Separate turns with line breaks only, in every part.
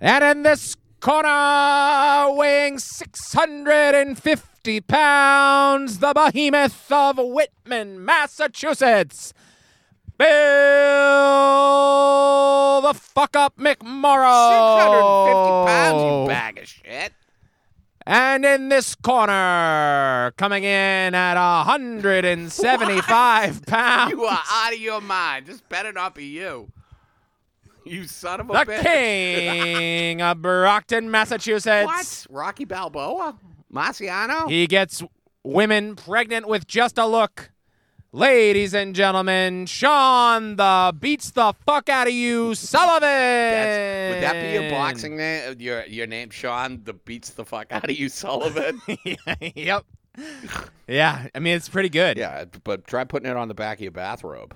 And in this corner, weighing 650 pounds, the behemoth of Whitman, Massachusetts, Bill the fuck up McMorrow.
650 pounds, you bag of shit.
And in this corner, coming in at 175 pounds,
You are out of your mind. This better not be you. You son of a
the
bitch.
king of Brockton, Massachusetts.
What? Rocky Balboa? Marciano?
He gets women pregnant with just a look. Ladies and gentlemen, Sean the beats the fuck out of you, Sullivan.
That's- would that be your boxing name? Your your name, Sean, the beats the fuck out of you, Sullivan.
yep. Yeah, I mean it's pretty good.
yeah, but try putting it on the back of your bathrobe.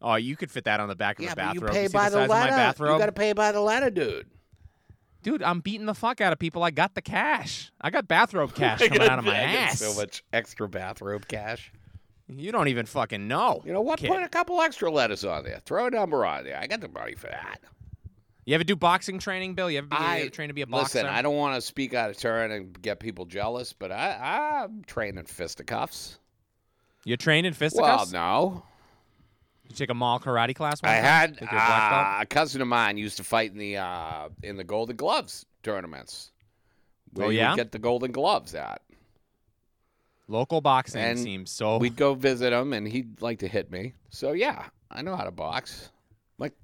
Oh, you could fit that on the back of a bathrobe.
you pay
see
by
the size
the
of my
letter.
bathrobe?
You gotta pay by the letter, dude.
Dude, I'm beating the fuck out of people. I got the cash. I got bathrobe cash
I
coming
get-
out of my
I get
ass.
So much extra bathrobe cash.
You don't even fucking know.
You know what?
kid.
Put a couple extra letters on there. Throw a number on there. I got the money for that.
You ever do boxing training, Bill? You ever, be, you
I
ever train to be a boxer?
Listen, I don't want to speak out of turn and get people jealous, but I, I'm training fisticuffs.
You're trained in
Well,
fisticuffs?
no.
You take a mall karate class? One
I
time?
had
Take your black belt?
uh, a cousin of mine used to fight in the uh, in the Golden Gloves tournaments. Where
Oh,
you would
yeah?
get the Golden Gloves at.
Local boxing
And
seems so.
We'd go visit him, and he'd like to hit me. So yeah, I know how to box.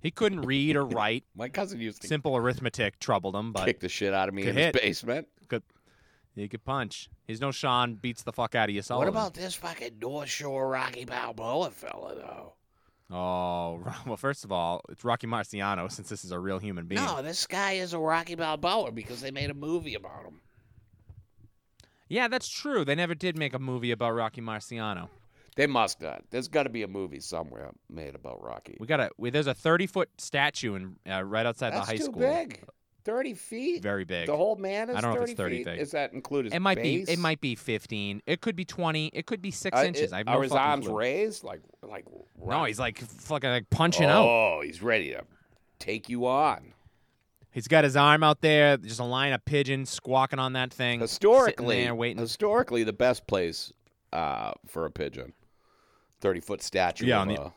He couldn't read or write.
My cousin used to
Simple arithmetic troubled him, but
kick the shit out of me
Could
in
hit.
his basement.
he could punch. He's no Sean beats the fuck out of you,
What
Sullivan.
about this fucking North Shore Rocky Balboa fella though?
Oh, Ro- well, first of all, it's Rocky Marciano since this is a real human being.
No, this guy is a Rocky Balboa because they made a movie about him.
Yeah, that's true. They never did make a movie about Rocky Marciano.
They must not. There's got to be a movie somewhere made about Rocky.
We got a we, there's a 30 foot statue in uh, right outside
That's
the high
too
school.
big. Thirty feet.
Very big.
The whole man is
I don't know
30
if it's 30
feet.
feet.
Is that included?
it might be it might be 15. It could be 20. It could be six inches. I have no
Uh, are his
fucking
arms
clue.
raised like like?
No,
Rocky?
he's like fucking like punching out.
Oh, he's ready to take you on.
He's got his arm out there, just a line of pigeons squawking on that thing. sitting
Historically,
there waiting.
historically, the best place uh, for a pigeon, thirty foot statue.
Yeah,
of
on the-
a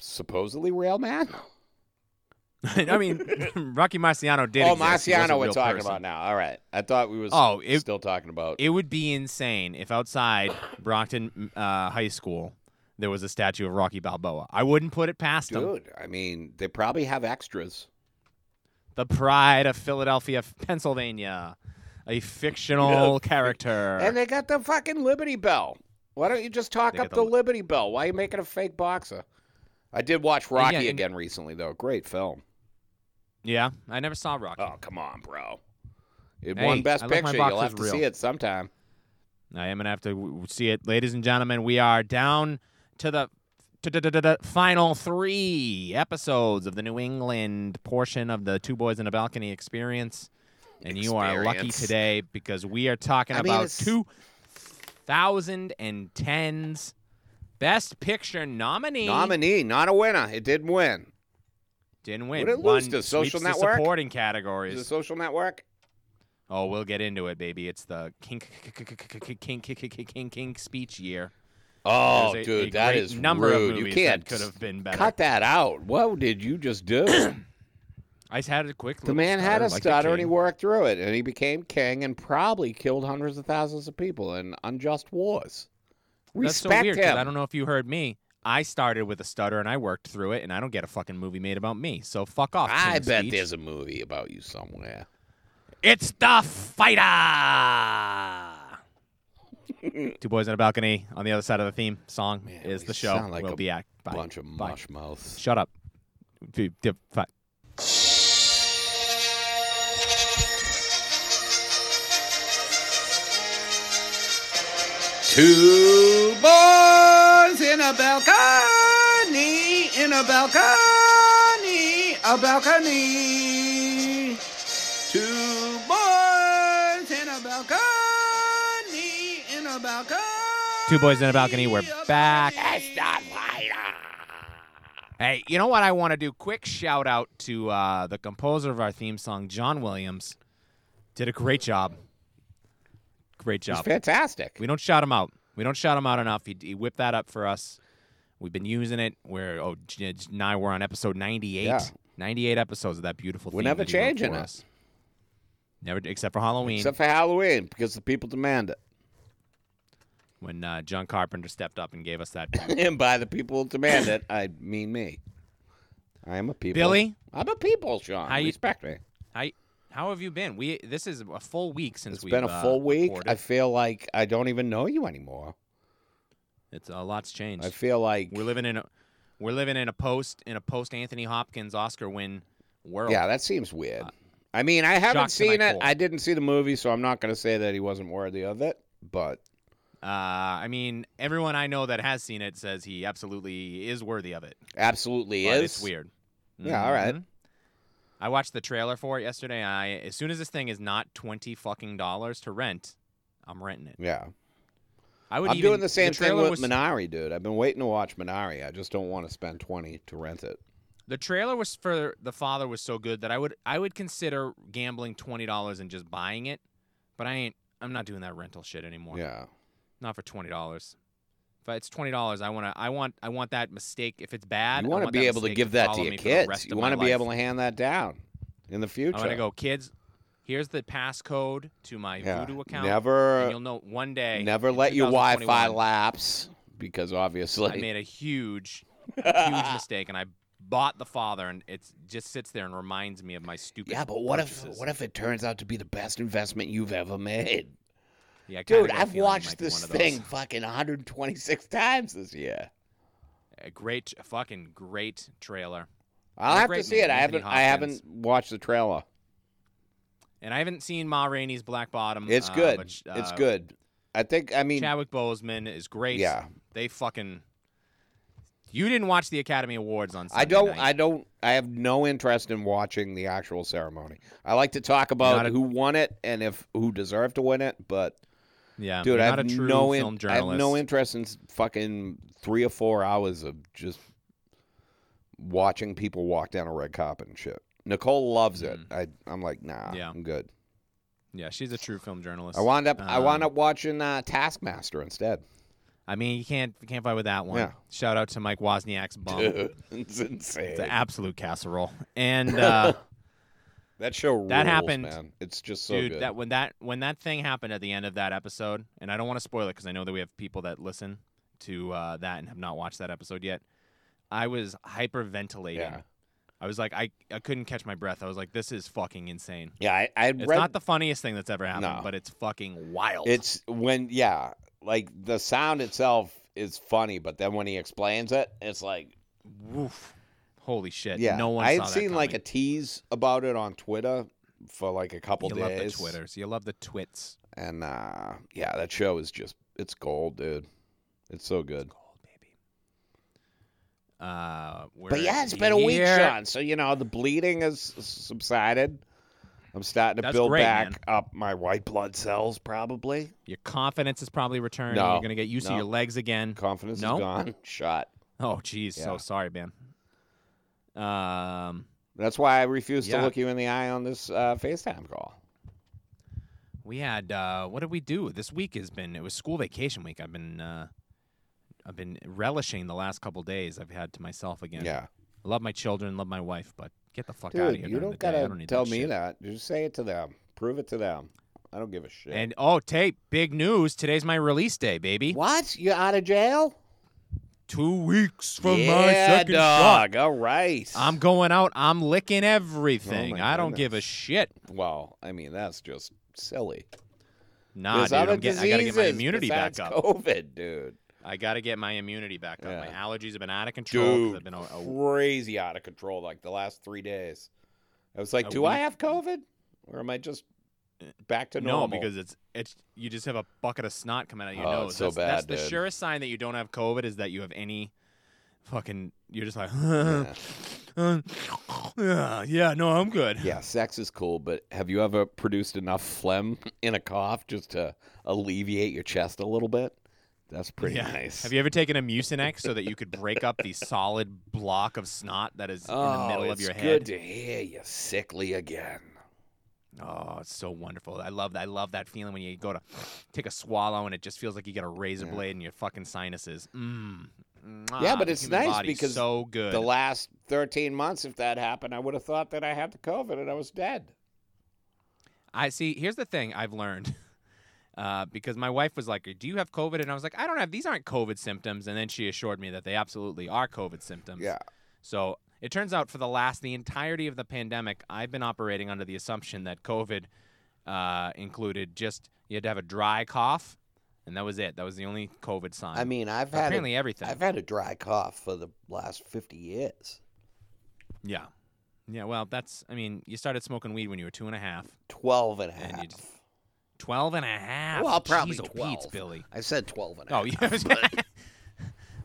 supposedly real man.
I mean, Rocky Marciano did.
oh,
exist. He was a
Marciano, we're
real
talking
person.
about now. All right, I thought we was
Oh, it-
still talking about.
It would be insane if outside Brockton uh, High School there was a statue of Rocky Balboa. I wouldn't put it past him.
Dude, I mean, they probably have extras.
The pride of Philadelphia, Pennsylvania, a fictional character.
And they got the fucking Liberty Bell. Why don't you just talk
They got
up
the
the,
li-
Liberty Bell? Why are you making a fake boxer? I did watch
yeah,
Rocky
and-
again recently, though. Great film.
yeah, I never saw Rocky.
Oh, come on, bro. It
Hey,
won Best
I like my
Picture. You'll
boxers
have to see
real.
it sometime.
I am gonna have to w- w- see it, ladies and gentlemen. We are down to the to- to- to- to- to final three episodes of the New England portion of the Two Boys in a Balcony experience, and you are lucky
Experience.
today because we are talking
I mean,
about
it's-
two thousand and tens Best Picture nominee.
Nominee, not a winner. It didn't win.
Didn't win.
Would it lose
One
to
sweeps
Social
the
Network?
supporting
Is it
categories.
Social Network?
Oh, we'll get into it, baby. It's the kink kink kink kink kink kink speech year.
Oh,
There's a- a
dude, that
great
is
number
rude.
Of
you
movies
can't
that could have been better.
cut that out. What did you just do?
I just had a quick.
The
little
man had
stutter
a
like the
stutter and he
king.
worked through it, and he became king and probably killed hundreds of thousands of people in unjust wars.
That's so
Respect
weird, 'cause
him.
I don't know if you heard me. I started with a stutter and I worked through it, and I don't get a fucking movie made about me. So fuck off.
I
king
bet
speech.
there's a movie about you somewhere.
It's the fighter. Two boys on a balcony on the other side of the theme song
Man,
is
we
the show.
sound like
we'll
a
be back. Bye.
Bunch of
Bye.
mush mouths.
Shut up. Dude, dude, fuck.
Two boys in a balcony, in a balcony, a balcony. Two boys in a balcony, in a balcony.
Two boys in a balcony. We're back.
It's the lighter.
Hey, you know what I want to do? Quick shout out to uh, the composer of our theme song, John Williams. Did a great job. Great
He's
job.
fantastic.
We don't shout him out. We don't shout him out enough. He, he whipped that up for us. We've been using it. We're oh j- j- now we're on episode 98.
Yeah.
98 episodes of that beautiful.
We're
theme
never
that he wrote
changing
for
it.
Us. Never except for Halloween
Except for Halloween, because the people demand it.
when uh, John Carpenter stepped up and gave us that.
and by the people who demand it, I mean me. I am a people.
Billy?
I'm a people, Sean.
How you-
Respect me.
How how have you been? We this is a full week since
It's
we've
been a
uh,
full week.
recorded.
I feel like I don't even know you anymore.
It's a lot's changed.
I feel like
we're living in a we're living in a post in a post Anthony Hopkins Oscar win world.
Yeah, that seems weird.
Uh,
I mean, I haven't
shocked to my
seen it.
core.
I didn't see the movie, so I'm not going to say that he wasn't worthy of it. But
Uh, I mean, everyone I know that has seen it says he absolutely is worthy of it.
absolutely
but
is
it's weird.
Yeah, all right.
Mhm. I watched the trailer for it yesterday. I as soon as this thing is not twenty fucking dollars to rent, I'm renting it.
Yeah,
I would.
I'm
even,
doing the same thing
trailer
with
was,
Minari, dude. I've been waiting to watch Minari. I just don't want to spend twenty to rent it.
The trailer was for the father was so good that I would I would consider gambling twenty dollars and just buying it, but I ain't. I'm not doing that rental shit anymore.
Yeah,
Not for twenty dollars. If it's twenty dollars, I want to. I want. I want that mistake. If it's bad,
you
want to
be able to give that to your kids. You
want to
be able to hand that down in the future.
I'm gonna go, kids. Here's the passcode to my
Yeah.
Voodoo account. and
Never,
you'll know one day.
never
in
let your Wi-Fi
2021,
lapse because obviously
I made a huge, huge mistake, and I bought the father, and it just sits there and reminds me of my stupid.
Yeah, but what if
purchases.
what if it turns out to be the best investment you've ever made?
Yeah, I kinda
Dude,
got a
I've
feeling it
watched
might be one
this
of those.
thing fucking 126 times this year.
A great, a fucking great trailer,
I'll
a
have to
great
see it.
man,
I
Anthony
haven't I
Hopkins.
haven't watched the trailer.
and I haven't seen Ma Rainey's Black Bottom.
It's
uh,
good.
but,
it's
uh,
good. I think I mean
Chadwick Boseman is great.
yeah.
they fucking. You didn't watch the Academy Awards on Sunday
I don't
night.
I don't I have no interest in watching the actual ceremony. I like to talk about
Not a-
who won it and if who deserved to win it, but
yeah,
dude,
you're
I
not
have
a true film
no in, I have
journalist.
no interest in s- fucking 3 or 4 hours of just watching people walk down a red carpet and shit. Nicole loves it. I I'm like, nah,
Mm. Yeah.
I'm good.
yeah, she's a true film journalist.
I wound up I wound
Um,
up watching uh, Taskmaster instead.
I mean, you can't you can't fight with that one.
Yeah.
Shout out to Mike Wozniak's bum.
it's insane.
It's an absolute casserole. And uh,
that show rules,
that happened.
man. It's just so
dude,
good.
that when that when that thing happened at the end of that episode, and I don't want to spoil it because I know that we have people that listen to uh, that and have not watched that episode yet. I was hyperventilating.
yeah,
I was like, I, I couldn't catch my breath. I was like, this is fucking insane.
yeah. I, I
It's
read
not the funniest thing that's ever happened,
No.
but it's fucking wild.
it's when yeah, like the sound itself is funny, but then when he explains it, it's like
Woof. Holy shit.
yeah.
No one
I
saw
had
that
seen like a
coming.
tease about it on Twitter for like a couple
You love the
days.
Twitters. You love the twits.
and uh, yeah, that show is just it's gold, dude. It's so good.
Gold, baby. Uh, we're
But yeah, it's been a week,
here.
Sean. So you know the bleeding has s- subsided. I'm starting to
That's
build
great,
back
man.
up my white blood cells. Probably
Your confidence is probably returning.
No,
You're gonna get used
no.
to your legs again.
confidence
No?
is gone. Shot.
Oh, jeez.
Yeah.
So sorry, man. Um,
That's why I refuse
Yeah.
to look you in the eye on this uh, FaceTime call.
we had uh, what did we do this week? Has been it was school vacation week. I've been uh, I've been relishing the last couple days I've had to myself
Yeah,
again. I love my children, love my wife, but get the fuck out of
dude,
here.
you
during the
don't
day. I
gotta
don't need
tell
that
me
shit.
that. Just say it to them. Prove it to them. I don't give a shit.
And oh, tape, big news. Today's my release day, baby.
what? You out of jail?
Two weeks from
yeah,
my second shot.
dog. All right.
I'm going out. I'm licking everything.
Oh my
I don't give a
goodness.
shit.
Well, I mean that's just silly.
Nah,
There's
Ah, dude.
other
I'm get, I gotta get my
diseases
immunity back
besides
up.
COVID, dude.
I gotta get my immunity back up. My
Yeah.
allergies have been out of control. 'cause
dude,
I've been a, a-
crazy out of control. Like the last three days, I was like,
A
"Do I
week.
have COVID, or am I just back to
no,
normal?"
because it's it's you just have a bucket of snot coming out of your
Oh,
nose.
it's so
that's, that's
bad,
the
dude.
surest sign that you don't have COVID is that you have any fucking. You're just like, uh, yeah. no, I'm good.
yeah, sex is cool, but have you ever produced enough phlegm in a cough just to alleviate your chest a little bit? That's pretty nice.
Have you ever taken a Mucinex so that you could break up the solid block of snot that is in the middle of your
Oh, it's
head?
good to hear you sickly again.
Oh, it's so wonderful. I love that. I love that feeling when you go to take a swallow and it just feels like you got a razor
Yeah.
blade in your fucking sinuses. Mm.
Yeah,
Mwah,
but
the
it's
human
nice
body's
because
so good.
The last 13 months, if that happened, I would have thought that I had the COVID and I was dead.
I see. Here's the thing I've learned. Uh, because my wife was like, "Do you have COVID?" And I was like, "I don't have. These aren't COVID symptoms." And then she assured me that they absolutely are COVID symptoms.
Yeah.
So it turns out for the last the entirety of the pandemic, I've been operating under the assumption that COVID uh, included just you had to have a dry cough, and that was it. That was the only COVID sign.
I mean, I've had
apparently
a,
everything.
I've had a dry cough for the last 50 years.
yeah. Yeah. Well, that's. I mean, you started smoking weed when you were two and a half.
12 and a half.
And you just- Twelve and a half.
well, probably
Jeez, oh,
12.
Pete's, Billy.
I said 12 and a half.
Oh yeah.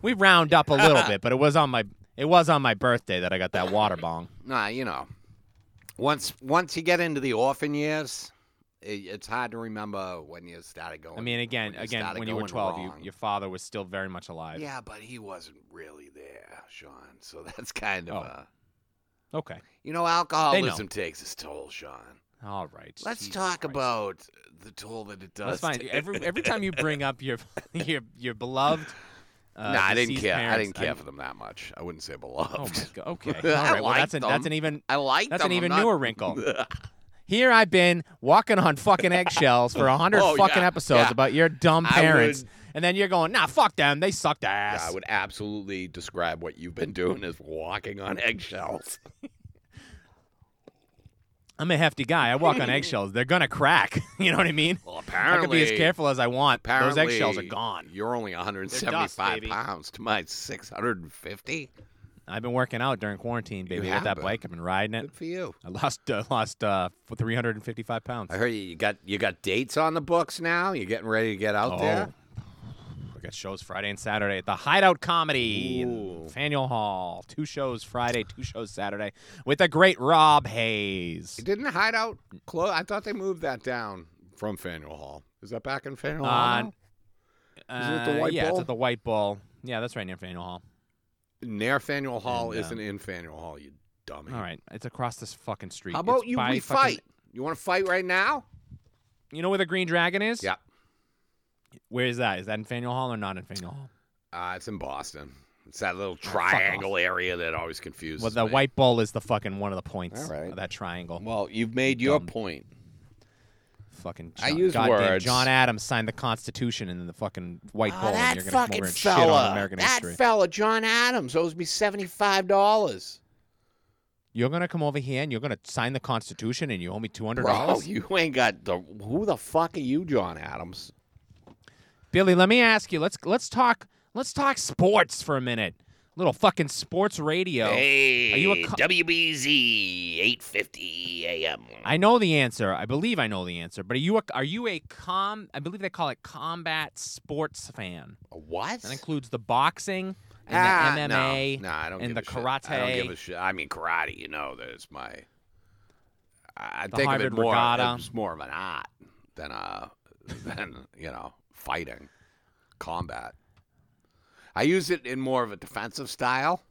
we round up a little bit, but it was on my it was on my birthday that I got that water bong.
Nah, you know, once once you get into the orphan years, it, it's hard to remember when you started going.
I mean, again,
you
again,
started
when you were
going
twelve, you,
wrong.
your father was still very much alive.
yeah, but he wasn't really there, Sean. So that's kind of
Oh.
a,
Okay.
you know, alcoholism takes its toll, Sean.
All right.
Let's
Jesus
talk
Christ.
about the toll that it does.
Let's find
take-
every every time you bring up your your your beloved. Uh,
nah, I didn't
deceased
care. I
parents,
didn't care for them that much. I wouldn't say
Oh
beloved.
my god. Okay. All
I
right. well, that's
liked
an, that's an
them.
even
I like
that's
them.
an even
I'm not-
newer Oh, wrinkle. Here I've been walking on fucking eggshells for a hundred
Oh,
fucking
yeah,
episodes
yeah.
about your dumb
I would-
parents, and then you're going, nah, fuck them, they sucked
Yeah,
ass.
I would absolutely describe what you've been doing as walking on eggshells.
I'm a hefty guy. I walk on eggshells. They're gonna crack. you know what I mean?
Well,
I
apparently,
could be as careful as I want. Those
Apparently,
eggshells are gone.
You're only
dust,
175
baby.
pounds to my 650.
I've been working out during quarantine, baby. With
have
that
been.
bike, I've been riding it.
Good for you.
I lost uh, lost uh, 355 pounds.
I heard you, you got you got dates on the books now. You're getting ready to get out there.
We got shows Friday and Saturday at the Hideout Comedy in
Ooh.
Faneuil Hall. Two shows Friday, two shows Saturday with the great Rob Hayes.
Didn't the hideout close? I thought they moved that down from Faneuil Hall. Is that back in Faneuil
Uh,
Hall? now? Isn't it the
Uh,
White
yeah, it's
Bull?
at the White Bull. Yeah, that's right near Faneuil Hall.
Near Faneuil Hall
and, um,
isn't in Faneuil Hall, you dummy.
All right, it's across this fucking street.
How
It's
about you
by
we
fucking-
fight? You want to fight right now?
You know where the Green Dragon is?
Yeah.
Where is that? Is that in Faneuil Hall or not in Faneuil Hall?
Uh, it's in Boston. It's that little triangle area that always confuses
Ah, Well, the
me.
White Bull is the fucking one of the points
All right.
of that triangle.
Well, you've made your
Dumb.
point.
Fucking John,
I use
goddamn
words.
John Adams signed the Constitution and the fucking White
Oh,
Bull. and
that
you're gonna come
fucking
over and shit on
fella.
American
That
history.
fella, John Adams, owes me $75.
You're gonna come over here and you're gonna sign the Constitution and you owe me two hundred
Bro,
dollars.
you ain't got the. Who the fuck are you, John Adams?
Billy, let me ask you. Let's let's talk let's talk sports for a minute. Little fucking sports radio.
Hey,
Are you a co-
WBZ 850 AM.
I know the answer. I believe I know the answer. But are you a, are you a com? I believe they call it combat sports fan.
What?
That includes the boxing and
ah,
the
no.
MMA
No, I don't
and
give
the
a shit. I don't give
karate.
a shit. I mean, karate, you know, that's my. I I
The
think
Harvard
of it more.
Regatta.
It's more of an art than a than you know fighting, combat. I use it in more of a defensive style,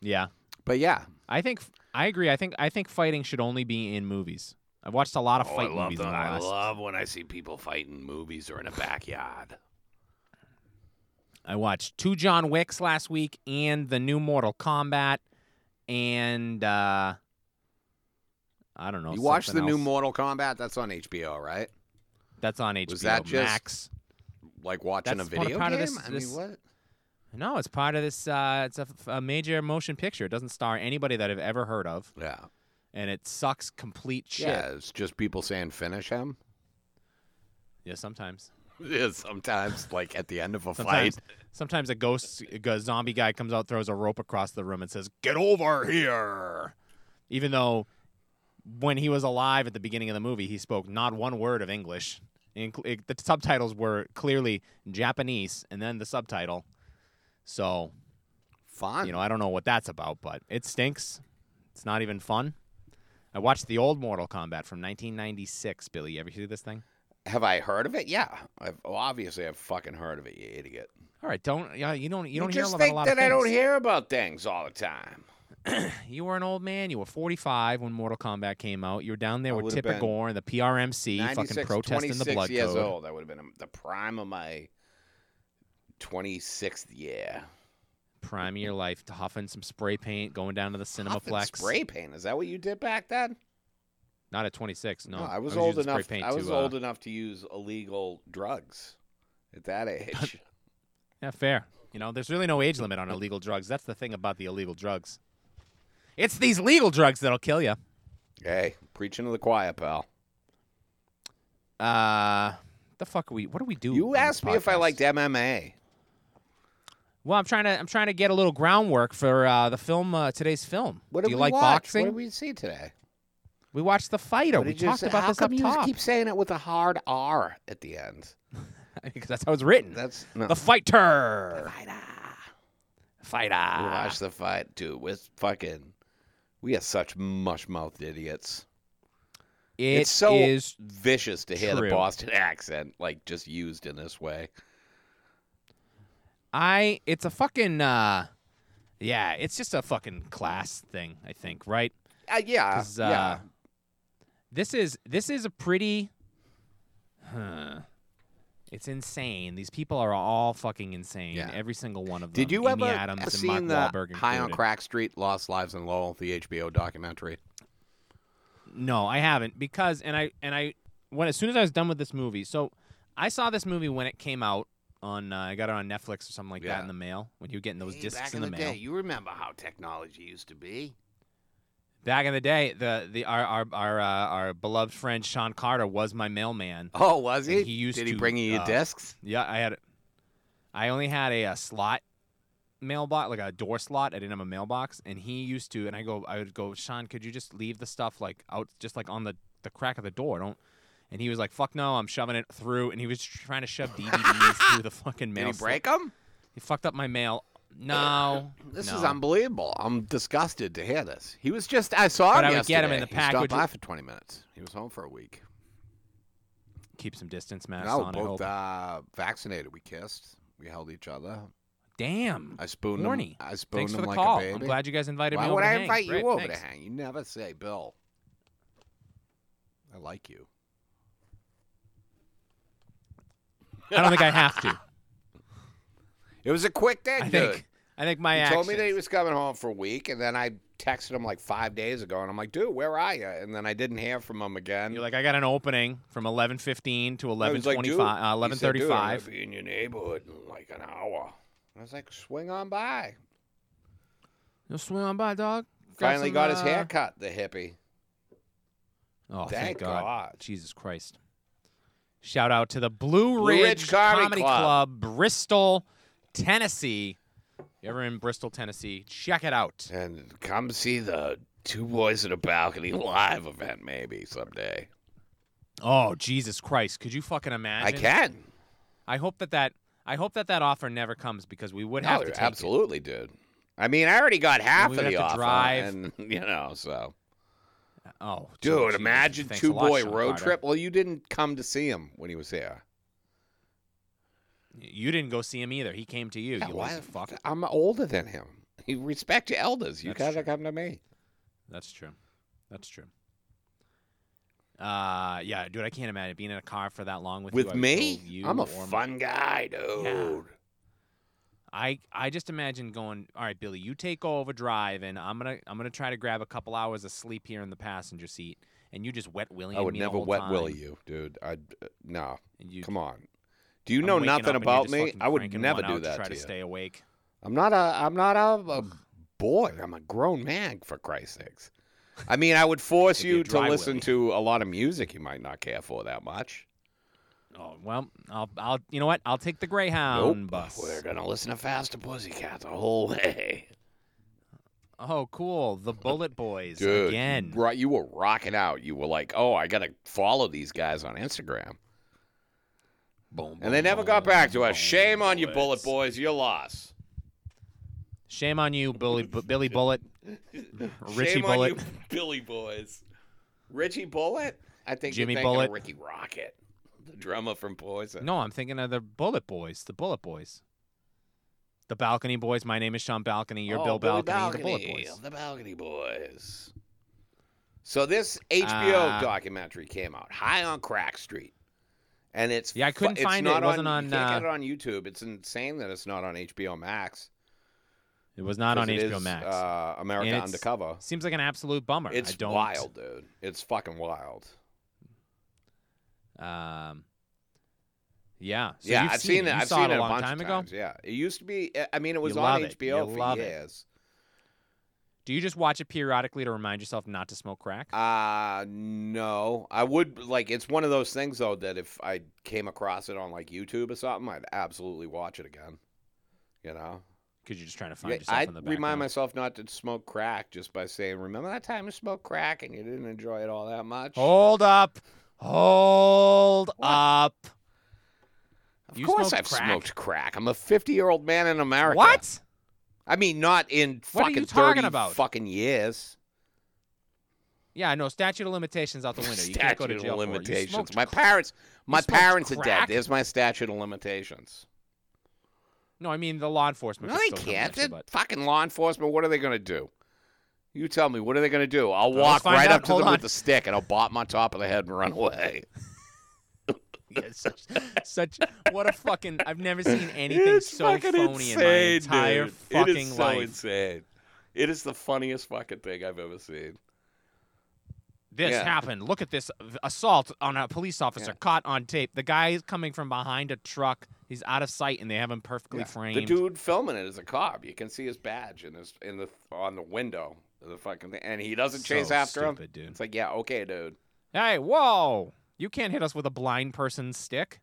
Yeah.
but yeah,
I think I agree. I think I think fighting should only be in movies. I've watched a lot of
Oh,
fight
I love
movies in
that.
the
I
last.
love when I see people fighting in movies or in a backyard.
I watched two John Wicks last week and the new Mortal Kombat, and uh, I don't know.
you watch the
Oh, something
new
else.
Mortal Kombat? That's on HBO, right?
That's on HBO
Was that just-
Max.
Like watching
That's
a
one of
video
part
game.
of this-
I
this-
mean, what?
No, it's part of this. Uh, it's a, f- a major motion picture. It doesn't star anybody that I've ever heard of,
Yeah,
and it sucks complete shit.
yeah. It's just people saying finish him.
Yeah, sometimes.
Yeah, sometimes, like at the end of a
Sometimes,
fight.
sometimes a ghost, a zombie guy comes out, throws a rope across the room, and says, "Get over here!" Even though, when he was alive at the beginning of the movie, he spoke not one word of English. Incl- it- the subtitles were clearly Japanese, and then the subtitle. So
Fun.
you know, I don't know what that's about, but it stinks. It's not even fun. I watched the old Mortal Kombat from 1996. Billy, you ever see this thing?
Have I heard of it? Yeah. I've, well, obviously, I've fucking heard of it, you idiot.
All right, don't yeah, you don't you don't hear
just
about
think
a lot
that
of things.
I don't hear about things all the time.
You were an old man. You were 45 when Mortal Kombat came out. You were down there
I
with
would've
Tipper
been
Gore and the PRMC, fucking
96,
protesting the
26
blood
years
code.
old. That would have been the prime of my 26th year.
Prime of your life, to huffing some spray paint, going down to the
Huffing
Cinemaflex.
Spray paint. Is that what you did back then?
Not at 26. No,
I was, old
using spray
enough.
paint
I was
to, uh,
old enough to use illegal drugs at that age.
Yeah, fair. You know, there's really no age limit on illegal drugs. That's the thing about the illegal drugs. It's these legal drugs that'll kill you.
hey, preaching to the choir, pal.
Uh, the fuck are we? What do we do? on
You
this
asked me if I
podcast?
liked MMA.
Well, I'm trying to. I'm trying to get a little groundwork for uh, the film. Uh, today's film.
What
do
did
you
we
like
watch?
boxing?
What did we see today?
We watched the fighter.
What
We
did you
talked
say?
about
How
this up
come you
top
keep saying it with a hard R at the end?
because that's how it's written.
That's no.
the fighter. Ah.
fighter. We
Fighter.
watched the fight, dude. We're fucking. We are such mush mouthed idiots.
It
it's so
is-
vicious to hear
true.
the Boston accent, like just used in this way.
I. It's a fucking. Uh, yeah, it's just a fucking class thing. I think. Right.
Uh, yeah,
'Cause, uh, This is this is a pretty. Huh. It's insane. These people are all fucking insane.
Yeah.
Every single one of them.
Did you
Amy
ever
Adams and
seen
Mark
the
Wahlberg
High on
included.
Crack Street, Lost Lives in Lowell, the HBO documentary?
No, I haven't because and I and I when as soon as I was done with this movie, so I saw this movie when it came out on uh, I got it on Netflix or something like that
Yeah.
in the mail when you were getting those discs
back
in the, mail.
day, you remember how technology used to be.
Back in the day, the the our our our, uh, our beloved friend Sean Carter was my mailman.
Oh, was
And
he?
he used
Did he
to,
bring you
uh,
your discs?
Yeah, I had I only had a, uh slot mailbox, like a door slot. I didn't have a mailbox, and he used to. And I go, I would go, Sean, could you just leave the stuff like out, just like on the the crack of the door? Don't. And he was like, "Fuck no, I'm shoving it through." And he was trying to shove DVDs through the fucking mail.
Did he
slot.
break them?
He fucked up my mail. No,
This
no.
is unbelievable. I'm disgusted to hear this. He was just I saw
But
him
I would get him in
yesterday.
the pack,
He stopped
which
by
is-
for 20 minutes. He was home for a week.
Keep some distance,
And
mask
now we're
on. I
both
hope.
uh, vaccinated. We kissed. We held each other.
Damn.
I spooned
Horny.
him. I spooned
Thanks
him
for the
like
call.
a baby.
I'm glad you guys invited
Why
me. over
would
to
I
hang.
invite
Great,
you over
thanks.
to hang? You never say, Bill. I like you.
I don't think I have to.
It was a quick day,
I
dude.
think. I think my
he
actions.
told me that he was coming home for a week, and then I texted him like five days ago, and I'm like, dude, where are you? And then I didn't hear from him again.
You're like, I got an opening from 11:15 to
I was like,
11:25,
dude,
uh,
he said,
11:35.
dude, I'm gonna be in your neighborhood in like an hour. I was like, swing on by.
You'll swing on by, dog. Grab
Finally
some,
got his
uh,
hair cut, the hippie.
Oh, thank,
Thank
God.
God.
Jesus Christ. Shout out to the Blue Ridge,
Ridge Comedy
Club.
Club.
Bristol, Tennessee. You ever in Bristol, Tennessee? Check it out.
And come see the Two Boys in a Balcony live event maybe someday.
Oh, Jesus Christ. Could you fucking imagine?
I can.
I hope that that I hope that that offer never comes because we would
No,
have to take it.
absolutely, dude. I mean, I already got half
we
of
would
the
have to
offer,
drive.
and you know, so
Oh, gee,
dude,
Jesus.
imagine
Thanks a
two
lot,
boy
Sean
road
Carter.
trip. Well, you didn't come to see him when he was here.
You didn't go see him either. He came to you.
Yeah,
you
why
lazy fuck.
I'm older than him. You respect your elders. You
That's
gotta
true.
come to me.
That's true. That's true. Uh, yeah, dude, I can't imagine being in a car for that long with you. I
With
would
me,
kill you
I'm a
or my-
fun guy, dude.
I I just imagine going. All right, Billy, you take over driving. I'm gonna I'm gonna try to grab a couple hours of sleep here in the passenger seat, and you just wet willy.
I would
me
never
the whole
wet
time.
willy you, dude. I uh, no.
And you
Come on. Do you
I'm
know
waking up
nothing
and you're
about
just
me?
fucking
I would
cranking
never
one
do
out to
that
Try to,
you.
stay awake.
I'm not a. I'm not a, a boy. I'm a grown man. For Christ's sakes. I mean, I would force
Could be a
you to
dry
listen
willy.
to a lot of music you might not care for that much.
Oh well, I'll I'll you know what? I'll take the Greyhound bus.
We're gonna listen to Faster Pussycat the whole way,
Oh, cool. The Bullet Boys
dude.
again.
Right? You were rocking out. You were like, "Oh, I gotta follow these guys on Instagram,"
Boom,
and they
boom,
never got
boom,
back to us.
boom,
Shame on you, Bullet
boys.
Boys. Your loss.
Shame on you, Billy B- Billy Bullet, Richie
Shame
Bullet.
on you, Billy Boys. Richie Bullet. I think
Jimmy
you're thinking of
Bullet.
Ricky Rocket. the drummer from Poison.
No, I'm thinking of the Bullet Boys. The Bullet Boys. The Balcony Boys. My name is Sean Balcony. You're
Oh,
Bill
Billy
Balcony. The Bullet
Balcony
Boys.
of The Balcony Boys. So this HBO
Ah.
documentary came out, High on Crack Street, and it's
Yeah, I
fu-
couldn't
it's
find it. It
not
wasn't
You
on,
can't
uh,
get it on YouTube. It's insane that it's not on HBO Max.
It was not on
'cause it
HBO
is,
Max.
Uh, America
And it's-
Undercover.
Seems like an absolute bummer. I
It's
don't,
wild, dude. It's fucking wild.
Um, yeah. So
yeah,
you've
I've seen, it.
You
I've
saw
seen
it
it
a long
bunch
time
of
ago.
times, Yeah, it used to be. I mean, it was
You
on
love it.
HBO
You
for
love it.
years.
Do you just watch it periodically to remind yourself not to smoke crack?
Uh no. I would like it's one of those things though that if I came across it on like YouTube or something, I'd absolutely watch it again. You know?
Because you're just trying to find
Yeah,
yourself
I'd
in the background.
remind myself not to smoke crack just by saying, Remember that time you smoked crack and you didn't enjoy it all that much?
Hold up. Hold up.
of
you
course
smoked
I've
crack?
smoked crack. I'm a fifty year old man in America.
What?
I mean not in
What are
fucking
you talking
30
about?
fucking years.
Yeah, I know. Statute of limitations out the window. You can't go to
Statute
jail
of
for it. You
limitations.
smoked
My parents my
smoked
parents are dead.
crack?
There's my statute of limitations.
No, I mean the law enforcement.
No,
could
they
still come
can't.
after you,
They're
but
fucking law enforcement. What are they going to do? You tell me. What are they going to do? I'll
Well,
walk
let's find
right
out.
up to
Hold
them
on.
with the stick and I'll bop 'em on top of the head and run away.
Yeah, such, such what a fucking. I've never seen anything
It's
so
fucking
phony in my
insane,
entire
dude.
fucking
it is so
life.
insane. It is the funniest fucking thing I've ever seen.
This
Yeah.
happened. Look at this assault on a police officer caught on tape. The guy is coming from behind a truck. He's out of sight, and they have him perfectly
Yeah.
framed.
The dude filming it is a cop. You can see his badge in his in the on the window of the fucking thing, and he doesn't chase
So
after him.
stupid, dude.
It's like, yeah, okay, dude.
Hey, whoa! You can't hit us with a blind person's stick.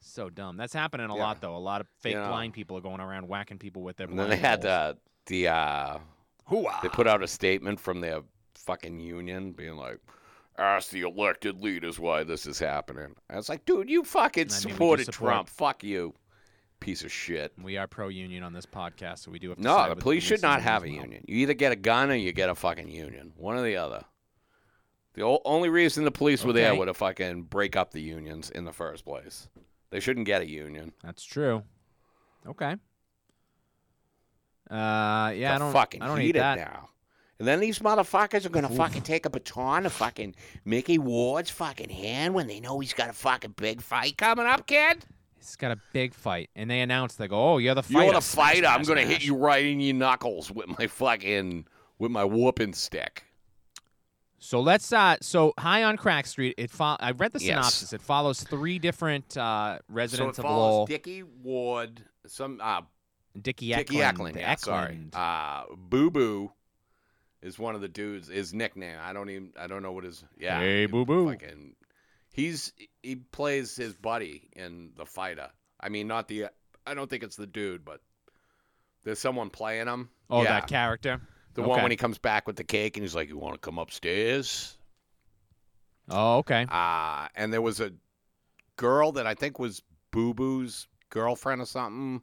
So dumb. That's happening a
Yeah.
lot, though. A lot of fake
Yeah.
blind people are going around whacking people with their.
And then they had
blindfolds.
the the uh,
Hoo-ah.
They put out a statement from their fucking union being like, ask the elected leaders why this is happening. I was like, dude, you fucking
I mean, we do
supported
support-
Trump. Fuck you, piece of shit.
We are pro union on this podcast, so we do have. To side
No, the
with
police should
union
not have a
as well.
union. You either get a gun or you get a fucking union. One or the other. The o- only reason the police were there
Okay.
were to fucking break up the unions in the first place. They shouldn't get a union.
That's true. Okay. Uh, yeah,
the
I don't.
fucking
I don't
heat
need
it
that.
now. And then these motherfuckers are gonna fucking take a baton to fucking Mickey Ward's fucking hand when they know he's got a fucking big fight coming up, kid.
He's got a big fight, and they announce they go, "Oh, you're the
You
fighter."
want to
Smash,
fight? I'm
smash,
gonna
smash.
hit you right in your knuckles with my fucking with my whooping stick.
So let's uh so high on Crack Street. It fo- I read the
Yes.
synopsis. It follows three different uh residents of Lowell,
Dickie Ward, some uh,
Dickie
Dickie
Eklund.
Eklund. yeah, sorry,
Eklund.
uh, Boo Boo is one of the dudes. His nickname. I don't even. I don't know what his. Yeah.
Hey, Boo Boo.
Fucking. He's he plays his buddy in the fighter. I mean, not the. I don't think it's the dude, but there's someone playing him.
oh,
yeah.
that character.
the one
okay.
when he comes back with the cake and he's like, "You want to come upstairs?"
Oh, okay.
Uh, and there was a girl that I think was Boo Boo's girlfriend or something,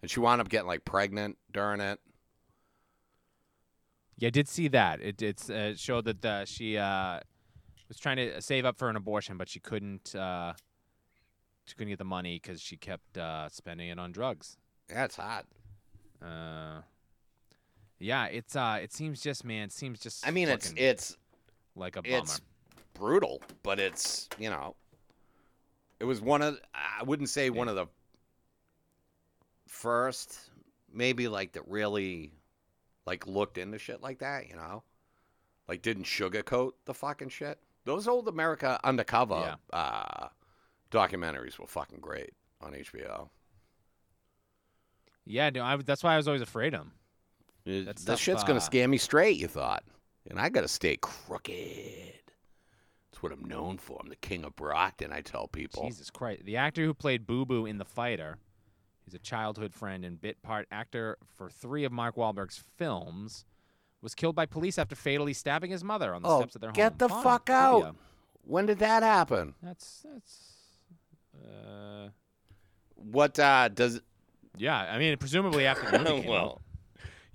and she wound up getting like pregnant during it.
Yeah, I did see that. It it's uh, it showed that uh, she uh was trying to save up for an abortion, but she couldn't. uh She couldn't get the money because she kept uh spending it on drugs.
Yeah, it's hot.
Uh, yeah, it's uh it seems just man, it seems just.
I mean, it's
fucking
it's
like a bummer.
it's brutal, but it's you know, it was one of I wouldn't say one of the first, maybe like that really, like looked into shit like that, you know, like didn't sugarcoat the fucking shit. Those old America undercover uh, documentaries were fucking great on HBO.
yeah, no, I, that's why I was always afraid of him.
It-
That
This
stuff,
shit's gonna
uh,
scare me straight, you thought, and I gotta stay crooked. That's what I'm known for. I'm the king of Brockton. I tell people.
Jesus Christ. The actor who played Boo Boo in The Fighter, he's a childhood friend and bit part actor for three of Mark Wahlberg's films, was killed by police after fatally stabbing his mother on the
Oh,
steps of their
get
home.
the
Fun
fuck out.
trivia.
When did that happen?
That's that's uh
What uh, does?
yeah, I mean presumably after the movie came out.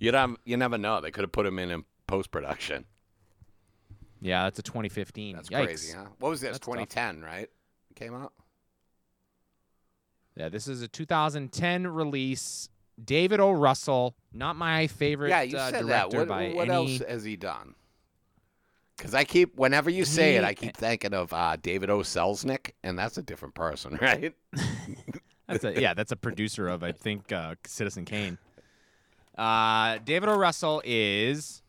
you don't. You never know. They could have put him in in post production.
Yeah, that's a 2015.
That's
Yikes.
crazy, huh? What was this?
That's tough.
2010, right? came out?
Yeah, this is a 2010 release. David O. Russell, not my favorite
yeah, you
uh,
said that.
director
What,
by
what
any.
else has he done? Because I keep, whenever you say it,
He-
I keep thinking of uh, David O. Selznick, and that's a different person, right?
That's a, yeah, that's a producer of I think uh, Citizen Kane. Uh, David O. Russell is.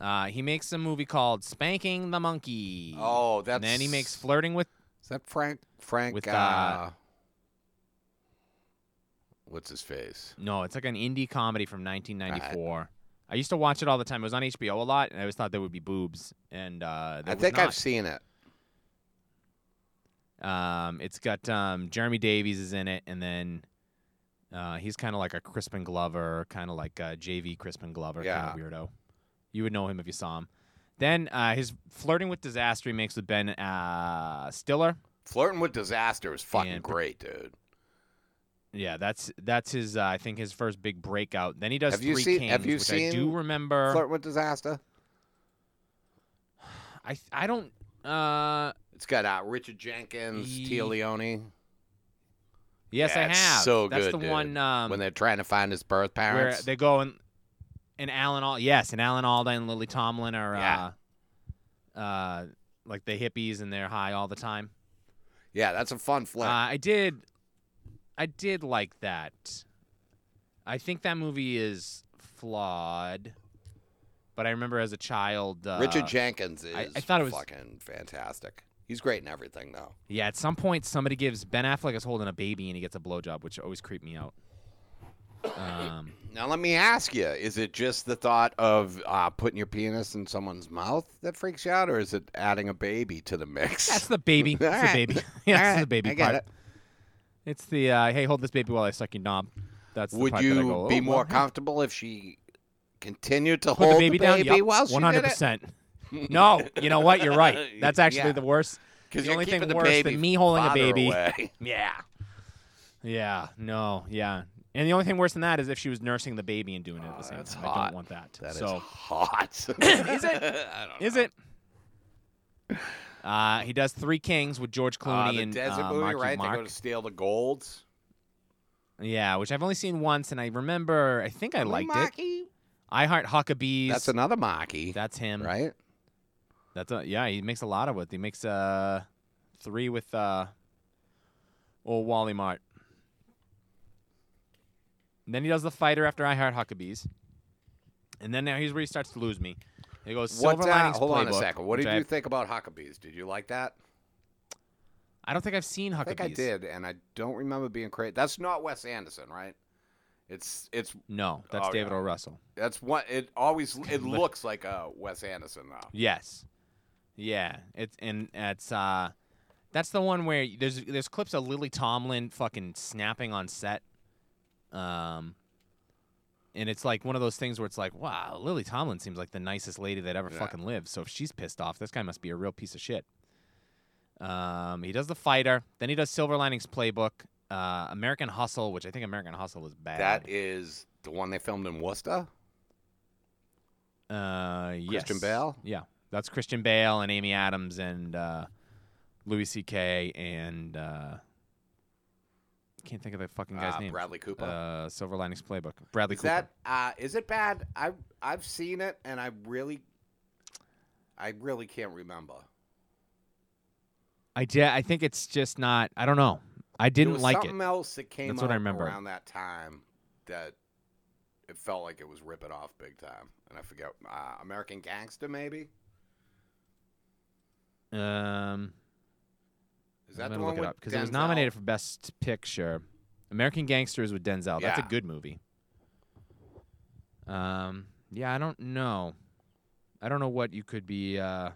Uh, he makes a movie called Spanking the Monkey.
Oh, that's.
and then he makes flirting with
Is that Frank? Frank.
with,
uh,
uh,
what's his face?
No, it's like an indie comedy from 1994. I used to watch it all the time. It was on HBO a lot, and I always thought there would be boobs. And uh, there
I
was
think I've
not.
seen it.
Um, it's got um, Jeremy Davies is in it, and then uh, he's kind of like a Crispin Glover, kind of like uh JV Crispin Glover
Yeah.
kind of weirdo. You would know him if you saw him. Then uh, his flirting with disaster he makes with Ben uh, Stiller.
Flirting with Disaster is fucking
And-
great, dude.
Yeah, that's that's his. Uh, I think his first big breakout. Then he does
Have
Three
you seen-
Kings,
have you
which I do
seen
remember.
Flirting with Disaster?
I I don't. Uh,
It's got uh, Richard Jenkins, Tia
Ye-
Leone.
yes,
Yeah,
I
it's
have.
so
that's
good,
the
dude.
one. Um,
when they're trying to find his birth
where
parents.
they go and and Alan Alda, yes, and Alan Alda and Lily Tomlin are
Yeah.
uh, uh, like the hippies and they're high all the time.
yeah, that's a fun
Uh,
flick.
I did, I did like that. I think that movie is flawed, but I remember as a child, uh,
Richard Jenkins is
I- I thought it was-
fucking fantastic. He's great in everything, though.
yeah, at some point somebody gives Ben Affleck is holding a baby and he gets a blowjob, which always creeped me out. Um,
Now, let me ask you is it just the thought of uh, putting your penis in someone's mouth that freaks you out, or is it adding a baby to the mix?
that's the baby. That's
All right.
the baby. yeah,
All
that's
right,
the baby
I get
part.
it.
It's the uh, hey, hold this baby while I suck your knob. That's the
Would
part
you
that I go,
be
"Oh,
more
well, hey."
comfortable if she continued to
Put
hold
the baby down. Yup,
while she 100
100%. No, you know what? You're right. That's actually
Yeah.
the worst.
Because
the
you're
only thing
keeping the
worse
baby
than me holding a
father
baby.
away.
Yeah. Yeah. No. Yeah. And the only thing worse than that is if she was nursing the baby and doing it at
Oh,
the same
that's
time. I
hot.
don't want that.
That is
so
hot.
Is it?
I don't
is
know.
it? Uh, he does Three Kings with George Clooney
Uh, the
and
desert
uh,
movie,
Marky
right?
Mark.
They go to steal the golds.
Yeah, which I've only seen once, and I remember. I think I liked it. I Heart Huckabees.
That's another Marky,
That's him.
right?
That's a, yeah. He makes a lot of with. He makes uh three with uh old Wally Mart. And then he does the fighter after I Heart Huckabees. And then now here's where he starts to lose me. He goes
What's
Silver
that-
Linings
Hold on a
Playbook,
second. What
which
did
I,
you think about Huckabees? Did you like that?
I don't think I've seen Huckabees.
I think I did, and I don't remember being crazy. That's not Wes Anderson, right? It's it's
No, that's
Oh,
David
yeah.
O. Russell.
that's what it always it looks like uh, Wes Anderson though.
Yes. Yeah. It's and it's uh that's the one where there's there's clips of Lily Tomlin fucking snapping on set. Um and it's like one of those things where it's like, wow, Lily Tomlin seems like the nicest lady that ever
Yeah.
fucking lived. So if she's pissed off, this guy must be a real piece of shit. Um, he does the fighter, then he does Silver Linings Playbook, uh, American Hustle, which I think American Hustle is bad.
That is the one they filmed in Worcester.
Uh, yes.
Christian Bale?
Yeah, that's Christian Bale and Amy Adams and uh, Louis C.K. and uh, can't think of the fucking guy's
Uh,
name.
Bradley Cooper.
Uh, Silver Linings Playbook. Bradley
is
Cooper.
that uh, is it bad? I I've seen it, and I really, I really can't remember.
I ja- I think it's just not. I don't know. I
there
didn't
was
like it.
something else that came
That's what I
out
remember.
around that time that it felt like it was ripping off big time, and I forget uh, American Gangster maybe.
Um,
Is that
I'm
the
gonna
one
look it
with
up because it was
Denzel?
nominated for Best Picture. American Gangsters with Denzel. That's
Yeah.
a good movie. Um, yeah, I don't know. I don't know what you could be. Uh,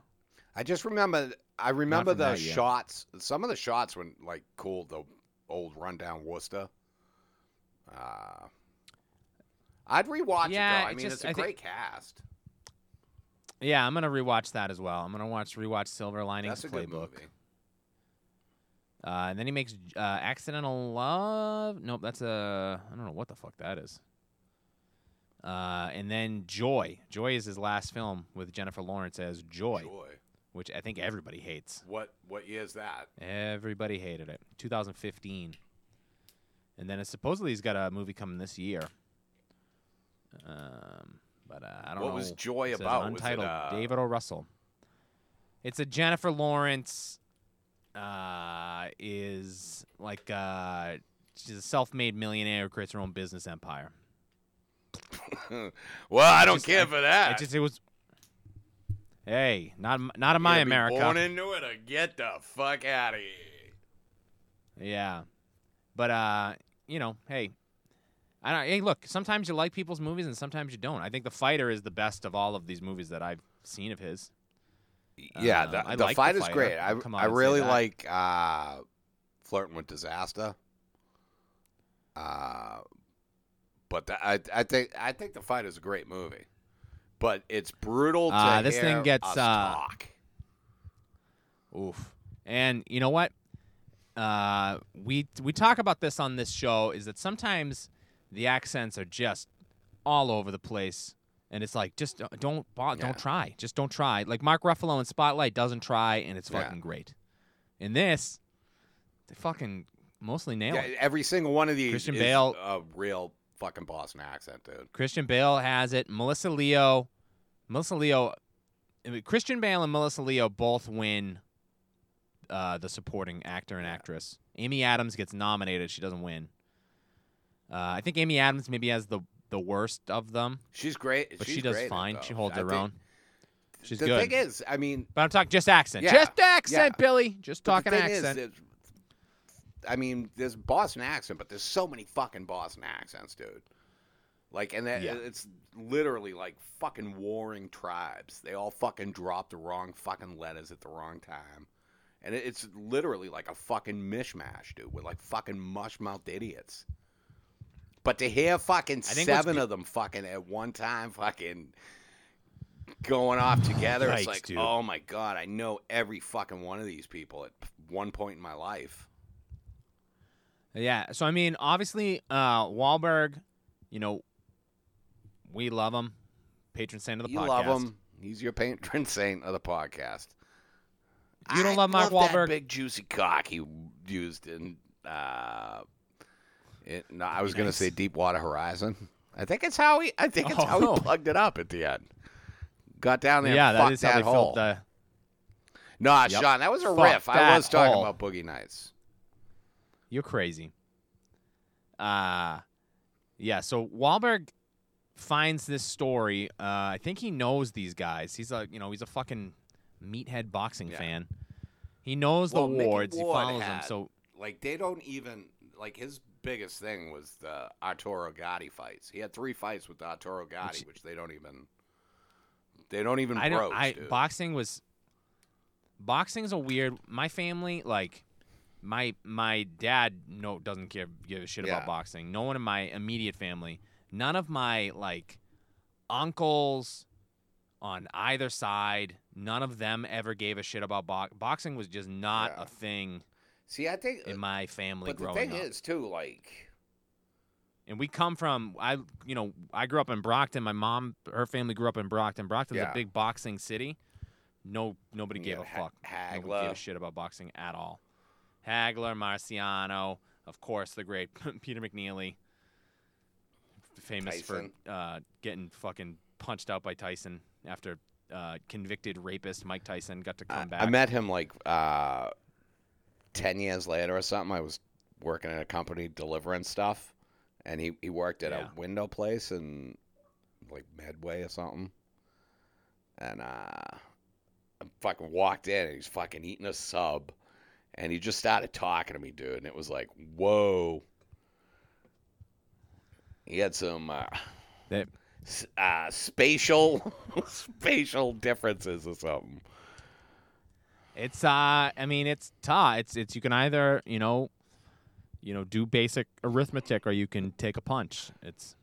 I just remember. I remember
from
the
that yet.
shots. Some of the shots when like cool the old rundown Worcester. Uh, I'd rewatch
Yeah,
it though. I
it
mean,
just-
it's a
I thi-
great cast.
Yeah, I'm gonna rewatch that as well. I'm gonna watch rewatch Silver Linings
That's a good
Playbook,
movie.
uh, and then he makes uh, Accidental Love. Nope, that's a I don't know what the fuck that is. Uh, and then Joy. Joy is his last film with Jennifer Lawrence as Joy,
Joy.
which I think everybody hates.
What what year is that?
Everybody hated it. 2015. And then it supposedly he's got a movie coming this year. Um, but uh, I don't
what
know.
was Joy
It says
about?
Untitled
was it, uh,
David O. Russell. It's a Jennifer Lawrence uh, is like uh, she's a self-made millionaire who creates her own business empire.
well, I don't
just-
care
I-
for
I
that.
just it was. Hey, not in- not in my
You'll be
America.
Born into it or get the fuck out of here.
Yeah, but uh, you know, hey, I don't. Hey, look, sometimes you like people's movies and sometimes you don't. I think The Fighter is the best of all of these movies that I've seen of his.
Yeah,
Um,
the,
I
the
like The
fight is
Fighter.
great. I,
Come on
I
and say
really
that.
like uh, flirting with disaster. Uh, but the, I I think I think the fight is a great movie, but it's brutal. To
Uh, this
hear
thing gets,
us
uh,
talk.
Oof. And you know what? Uh, we we talk about this on this show is that sometimes the accents are just all over the place, and it's like just don't don't, bo-
Yeah.
don't try, just don't try. Like Mark Ruffalo in Spotlight doesn't try, and it's
Yeah.
fucking great. In this, they fucking mostly nail
Yeah,
it.
every single one of these
Christian
is
Bale-
a real fucking Boston accent, dude.
Christian Bale has it. Melissa Leo, Melissa Leo, I mean, Christian Bale and Melissa Leo both win uh, the supporting actor and
Yeah.
actress. Amy Adams gets nominated. She doesn't win. Uh, I think Amy Adams maybe has the the worst of them,
She's great,
but
She's
she does
great in it,
fine. She
though.
holds
I
her
think-
own. She's
the
good.
thing is, I mean,
But I'm talking just accent.
Yeah,
Just accent,
yeah.
Billy. Just
But the
talking
thing is,
accent.
there's- I mean, there's Boston accent, but there's so many fucking Boston accents, dude. Like, and that,
Yeah.
it's literally like fucking warring tribes. They all fucking drop the wrong fucking letters at the wrong time. And it, it's literally like a fucking mishmash, dude. We're like fucking mush mouthed idiots. But to hear fucking
think what's
seven
be-
of them fucking at one time fucking going off together.
Yikes,
it's like,
dude.
oh my god, I know every fucking one of these people at one point in my life.
Yeah. So I mean, obviously, uh, Wahlberg. You know, we love him. Patron saint of the
you
podcast.
love him. He's your patron saint of the podcast.
You don't
I
love Mark
love
Wahlberg?
That big juicy cock he used in. Uh, it, no, I was gonna
Nice.
say Deepwater Horizon. I think it's how he. I think it's how
Oh.
he plugged it up at the end. Got down there.
Yeah,
and fucked
that is how they
that
uh,
hole.
filled the.
Nah,
Yep.
Sean, that was a
Fuck
riff.
that
I was talking
hole.
about Boogie Nights.
You're crazy. Uh yeah, so Wahlberg finds this story. Uh I think he knows these guys. He's a you know, he's a fucking meathead boxing
Yeah.
fan. He knows
Well,
the
Mickey
wards,
Ward
he follows them.
had-
So
like they don't even like his biggest thing was the Arturo Gotti fights. He had three fights with Arturo Gotti, which, they don't even they don't even
I
broach.
don't I
dude.
boxing was boxing's a weird my family like my my dad no doesn't care give a shit about
Yeah.
boxing. No one in my immediate family, none of my like uncles on either side, none of them ever gave a shit about boxing. Boxing was just not
Yeah.
a thing
See, I think,
in my family
but the
growing
thing
up.
is too, like,
and we come from I you know, I grew up in Brockton. My mom her family grew up in Brockton. Brockton's
Yeah.
a big boxing city. No nobody gave
Yeah,
a
Ha-
fuck. Nobody gave a
Hagler.
shit about boxing at all. Hagler, Marciano, of course, the great Peter McNeely, f- famous
Tyson.
for uh, getting fucking punched out by Tyson after uh, convicted rapist Mike Tyson got to come
I,
back.
I met him like uh, ten years later or something. I was working at a company delivering stuff, and he he worked at
Yeah.
a window place in like Medway or something. And uh, I fucking walked in, and he's fucking eating a sub, and he just started talking to me, dude. And it was like, whoa. He had some. Uh,
That-
s- uh, spatial spatial differences or something.
It's uh, I mean, it's tough. It's it's you can either you know, you know, do basic arithmetic or you can take a punch. It's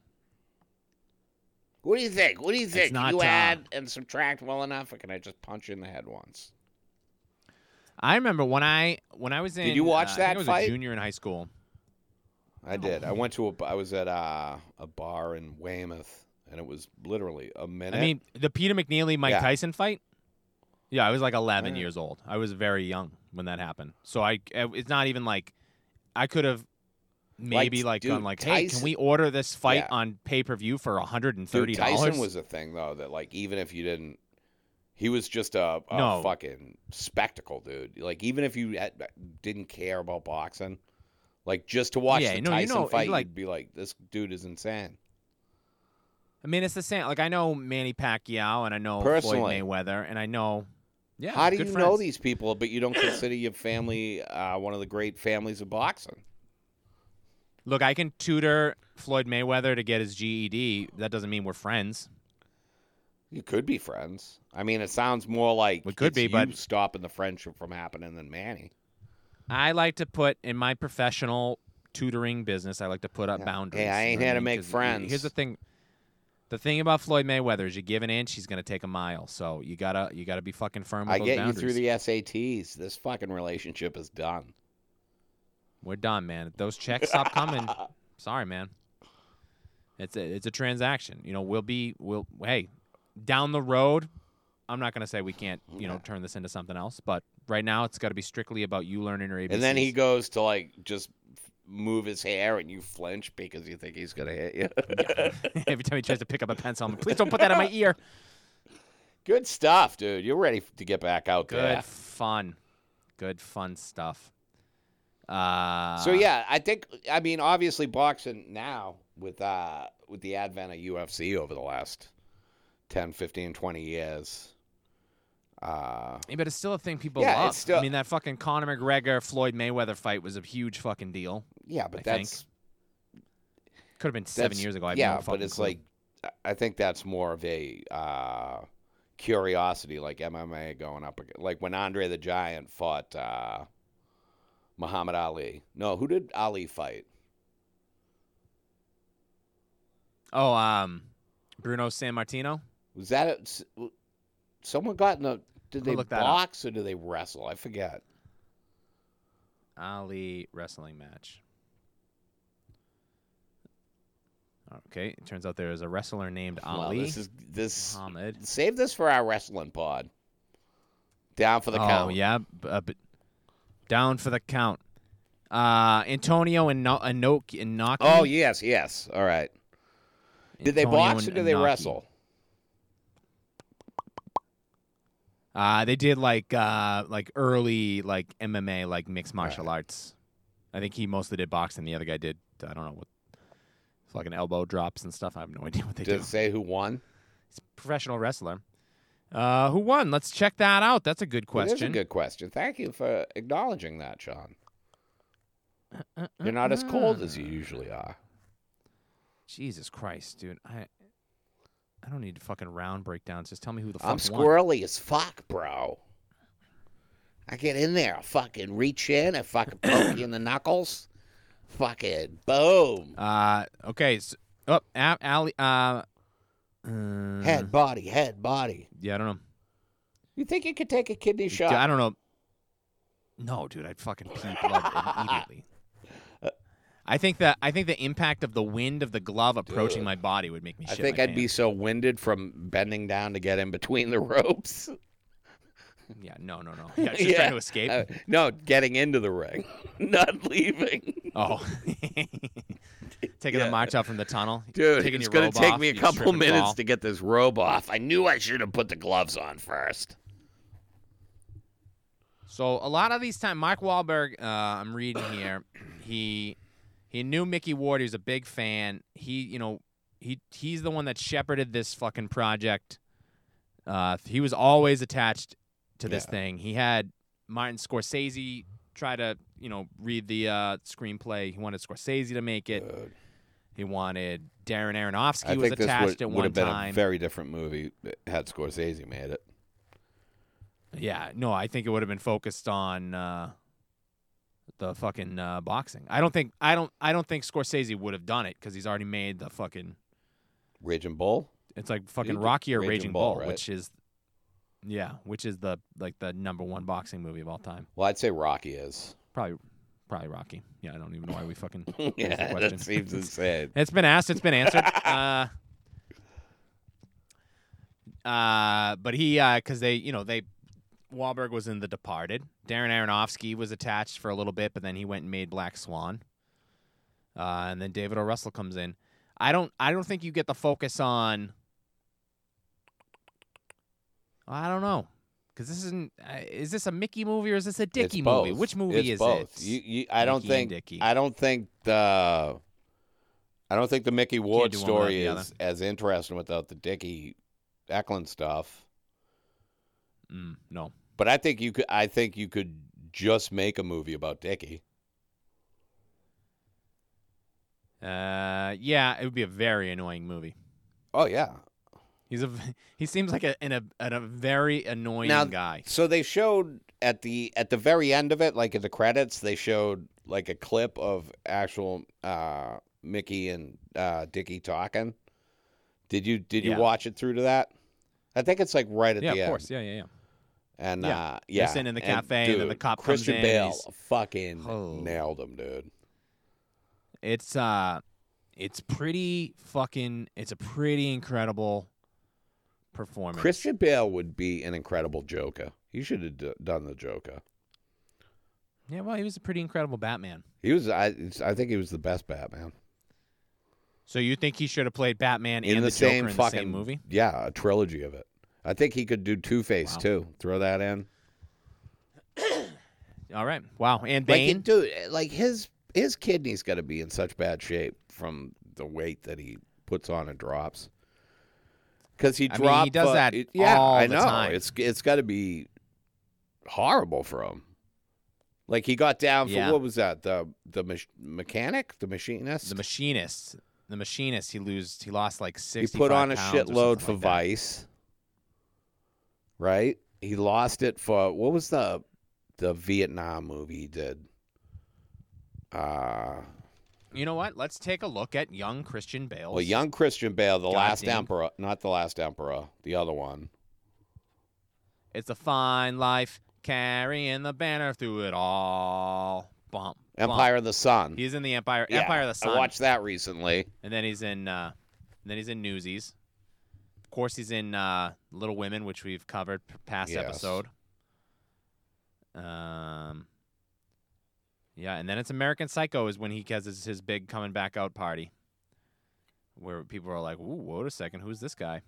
What do you think? What do you think?
not,
you
uh,
add and subtract well enough, or can I just punch you in the head once?
I remember when I when I was in
Did you watch
uh, I think
that
I was
fight?
a junior in high school.
I did. I went to a. I was at uh, a bar in Weymouth, and it was literally a minute.
I mean, the Peter McNeely Mike
Yeah.
Tyson fight. Yeah, I was like 11
Wow.
years old. I was very young when that happened. So I, eh, it's not even like, I could have maybe like,
dude,
gone like, hey,
Tyson-
can we order this fight
Yeah.
on pay per view for 130
Dude,
dollars?
Tyson was a thing though that like even if you didn't, he was just a, a
No.
fucking spectacle, dude. Like even if you had, uh, didn't care about boxing, like just to watch
Yeah,
the
no, you
Tyson
know,
fight,
like-
you'd be like, this dude is insane.
I mean, it's the same. Like I know Manny Pacquiao and I know
Personally.
Floyd Mayweather and I know. Yeah,
How do you
good
know
friends.
these people, but you don't consider your family uh, one of the great families of boxing?
Look, I can tutor Floyd Mayweather to get his GED. That doesn't mean we're friends.
You could be friends. I mean, it sounds more like
We could
it's
be,
you
but-
stopping the friendship from happening than Manny.
I like to put in my professional tutoring business. I like to put up
Yeah.
boundaries.
Hey, I
you
ain't
know what
here to
mean?
make
'Cause he-
friends.
Here's the thing. The thing about Floyd Mayweather is you give an inch, he's gonna take a mile. So you gotta you gotta be fucking firm with
I
those
get you
boundaries.
through the SATs. This fucking relationship is done.
We're done, man. If Those checks stop coming. Sorry, man. It's a it's a transaction. You know, we'll be we'll hey, down the road, I'm not gonna say we can't, you know,
Yeah.
turn this into something else, but right now it's gotta be strictly about you learning your ABCs.
And then he goes to like just f- move his hair, and you flinch because you think he's gonna hit you.
every time he tries to pick up a pencil, I'm like, please don't put that in my ear.
Good stuff, dude. You're ready f- to get back out
Good
there.
fun. Good fun stuff. Uh
So yeah, I think I mean obviously boxing now with uh with the advent of UFC over the last 10, 15, 20 years. Uh
yeah, but it's still a thing people
Yeah, it's
love.
still-
I mean, that fucking Conor McGregor Floyd Mayweather fight was a huge fucking deal.
yeah, but
I think.
that's
Could have been seven
That's-
years ago. I have no
yeah, but
fucking
it's
clue.
like I- I think that's more of a uh, curiosity, like MMA going up against, like when Andre the Giant fought uh, Muhammad Ali. No, who did Ali fight?
Oh, um, Bruno San Martino.
Was that a, s- w- someone got in a? Did
I'm gonna
they
look that up.
box or did they wrestle? I forget.
Ali wrestling match. Okay, it turns out there is a wrestler named
Wow,
Ali Uh-huh.
this is this.
Muhammad.
Save this for our wrestling pod. Down for the
oh
count.
yeah, b- uh, but down for the count. Uh, Antonio and no- Anok and Naki.
Oh yes, yes. All right. Did they box or did they wrestle?
Uh, they did like uh, like early like MMA like mixed
Right.
martial arts. I think he mostly did boxing. The other guy did I don't know what fucking elbow drops and stuff. I have no idea what they
Did
do.
it say who won?
He's a professional wrestler. Uh, who won? Let's check that out. That's a good question.
It is a good question. Thank you for acknowledging that, Sean. You're not as cold as you usually are.
Jesus Christ, dude. I I don't need fucking round breakdowns. Just tell me who the fuck
I'm
won.
squirrely as fuck, bro. I get in there, I fucking reach in, I fucking poke you in the knuckles. Fucking boom.
Uh, okay. So, oh, A- Ali. Uh, uh,
Head, body, head, body.
Yeah, I don't know.
You think you could take a kidney
Dude, I
shot?
don't know. No, dude, I'd fucking pee blood
Uh.
immediately. I think that I think the impact of the wind of the glove approaching
Dude.
my body would make me.
I
shit
think
my
I'd be so winded from bending down to get in between the ropes.
pants. Yeah, no, no, no. Yeah, just
Yeah.
trying to escape.
Uh, no, getting into the ring, not leaving.
oh, taking
Yeah.
the march out from the tunnel,
Dude,
Taking
it's
your
going
robe
to take
off,
me a
you
couple
tripping
minutes
ball.
to get this robe off. I knew I should have put the gloves on first.
So a lot of these time, Mark Wahlberg, uh, I'm reading here, he he knew Mickey Ward. He was a big fan. He, you know, he he's the one that shepherded this fucking project. Uh, he was always attached to this
Yeah.
thing. He had Martin Scorsese try to, you know, read the uh, screenplay. He wanted Scorsese to make it.
Dude,
He wanted Darren Aronofsky
I
was
think this
attached
would,
at
would
one
have been a
time.
very different movie had Scorsese made it.
Yeah, no, I think it would have been focused on uh, the fucking uh, boxing. I don't think I don't I don't think Scorsese would have done it because he's already made the fucking
Raging Bull.
it's like fucking
did
Rocky or
Raging
Raging,
Bull,
Bull,
right?
which is yeah, which is the like the number one boxing movie of all time.
Well, I'd say Rocky is.
Probably probably Rocky. Yeah, I don't even know why we fucking raised the
yeah,
question.
that seems insane.
It's been asked. It's been answered. uh, uh, but he, because uh, they, you know, they Wahlberg was in The Departed. Darren Aronofsky was attached for a little bit, but then he went and made Black Swan. Uh, and then David O. Russell comes in. I don't. I don't think you get the focus on. I don't know, because this isn't. Uh, is this a Mickey movie or is this a Dicky
It's
movie?
both.
Which movie
It's
is
both.
it?
You, you, I
Mickey
don't
and
think.
Dickie.
I don't think the. I don't think the Mickey Ward
do one without
story
the other.
is as interesting without the Dickie Eklund stuff.
Mm, no.
But I think you could. I think you could just make a movie about Dickie.
Uh, yeah, it would be a very annoying movie.
Oh yeah.
He's a. v- He seems like a an, a, an, a very annoying
Now-
guy.
So they showed at the at the very end of it, like in the credits, they showed like a clip of actual uh, Mickey and uh, Dickie talking. Did you did you
Yeah.
watch it through to that? I think it's like right at
Yeah,
the
of
end.
course. Yeah, yeah, yeah.
And
Yeah.
uh,
They're
yeah,
sitting in the
And,
cafe, and then the
dude,
cop comes
Christian
in and
Bale
he's-
fucking
Oh.
nailed him, dude.
It's uh, it's pretty fucking. It's a pretty incredible performance.
Christian Bale would be an incredible Joker. He should have d- done the Joker.
Yeah, well, he was a pretty incredible Batman.
He was, I, I think he was the best Batman
So you think he should have played Batman and the, Joker
same
in
fucking
the same movie?
Yeah, a trilogy of it. I think he could do Two Face
Wow.
too. Throw that in.
All right. Wow. And
Like,
Bane.
it- dude, like his his kidney's got to be in such bad shape from the weight that he puts on and drops. Because he
I mean,
dropped.
he does
fu-
that
it- yeah,
all
I
the
know.
time.
It's it's got to be horrible for him. Like he got down for
Yeah.
what was that? The the mach- mechanic, the machinist.
the machinist. The machinist. He lose. He lost like
he
sixty.
put on a shitload for
like that.
Vice, right? He lost it for what was the the Vietnam movie he did? Uh
You know what? Let's take a look at young Christian Bale.
well, young Christian Bale, the last
Goddamn.
emperor, not the last emperor, the other one.
It's a fine life carrying the banner through it all. Bump. bump.
Empire of the Sun.
He's in the Empire.
Yeah,
Empire of the Sun.
I watched that recently.
And then he's in. Uh, and then he's in Newsies. Of course, he's in uh, Little Women, which we've covered p- past
Yes.
episode. Um. Yeah, and then it's American Psycho is when he has his, his big coming back out party, where people are like, "Ooh, wait a second, who's this guy?"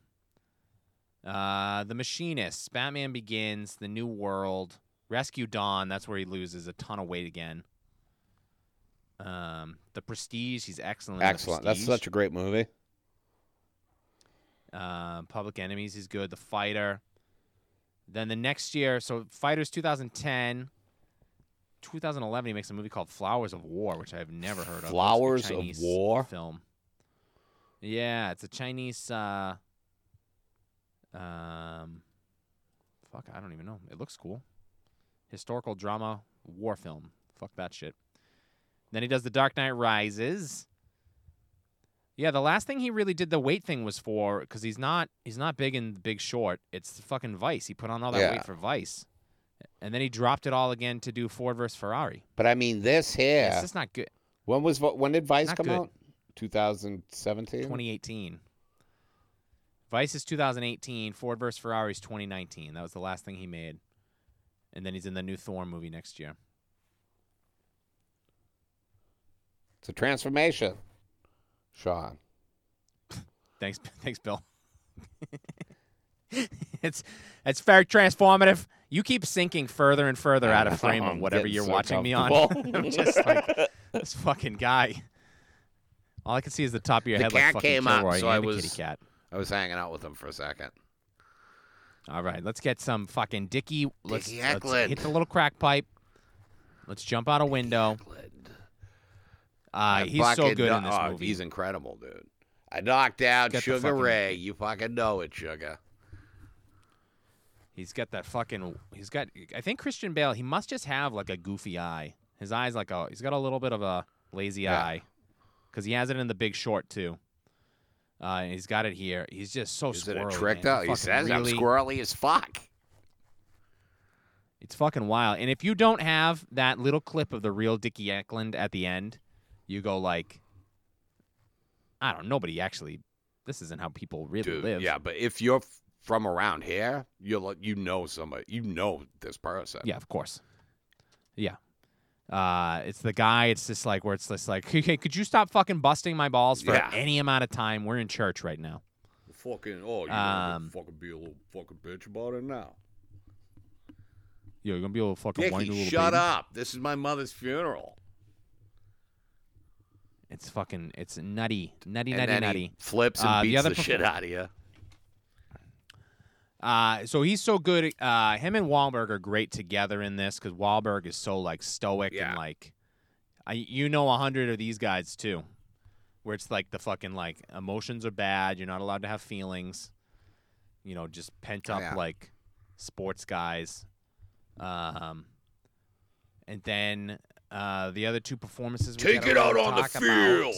Uh, The Machinist, Batman Begins, The New World, Rescue Dawn. That's where he loses a ton of weight again. Um, The Prestige, he's excellent. in The
Excellent. That's
Prestige.
such a great movie.
Um, Public Enemies is good. The Fighter. Then the next year, so Fighters 2010, 2011, he makes a movie called Flowers of War, which I've never heard of. It looks like a
Flowers of
Chinese
War?
film. Yeah, it's a Chinese. Uh, um, fuck, I don't even know. It looks cool. Historical drama war film. Fuck that shit. Then he does The Dark Knight Rises. Yeah, the last thing he really did the weight thing was for because he's not he's not big in Big Short. It's fucking Vice. He put on all that
Yeah.
weight for Vice, and then he dropped it all again to do Ford versus Ferrari.
But I mean, this here.
It's just not good.
when was when did Vice
Not
come
good.
out? 2017.
2018. Vice is 2018. Ford versus Ferrari is 2019. That was the last thing he made, and then he's in the new Thor movie next year.
It's a transformation, Sean.
Thanks, thanks, Bill. it's it's very transformative. You keep sinking further and further out of frame of
I'm
whatever
getting
you're
so
watching me on.
comfortable.
I'm just like this fucking guy. All I can see is the top of your
The
head. like
cat
fucking
came up,
Kilroy
so
and
I
a kitty
was-
cat.
I was hanging out with him for a second.
All right, let's get some fucking Dicky. Let's,
Dickie
let's
Eklund.
hit the little crack pipe. Let's jump out a window. Uh,
I
he's so
fucking
good
kno-
in this
oh,
movie.
He's incredible, dude. I knocked out
Get the
Sugar
fucking-
Ray. You fucking know it, Sugar.
He's got that fucking. He's got. I think Christian Bale. He must just have like a goofy eye. His eyes like a. He's got a little bit of a lazy
Yeah.
eye, because he has it in The Big Short too. Uh, and he's got it here. He's just so
Is it a
Oh, squirrely. man.
trick though? He
Fucking
says I'm
really-
squirrely as fuck.
It's fucking wild. And if you don't have that little clip of the real Dickie Eklund at the end, you go like, I don't. Nobody actually. This isn't how people really
Dude,
live.
yeah, but if you're f- from around here, you will you know somebody, you know this person.
Yeah, of course. Yeah. Uh, it's the guy. It's just like where it's just like, okay, could you stop fucking busting my balls for
Yeah.
any amount of time? We're in church right now.
Fucking oh, you
Um,
fucking be a little fucking bitch about it now.
Yo, you're gonna be a little fucking whiny little
shut
baby.
up! This is my mother's funeral.
It's fucking. It's nutty, nutty,
And
nutty,
then
nutty.
he flips and
Uh, the
beats
other
the
perf-
shit out of you.
Uh, so he's so good. Uh, him and Wahlberg are great together in this because Wahlberg is so like stoic
Yeah.
and like, I you know a hundred of these guys too, where it's like the fucking like emotions are bad. You're not allowed to have feelings. You know, just pent up
Yeah.
like sports guys. Um, and then uh, the other two performances. we
Take
gotta
it out
really
on the
talk about.
field.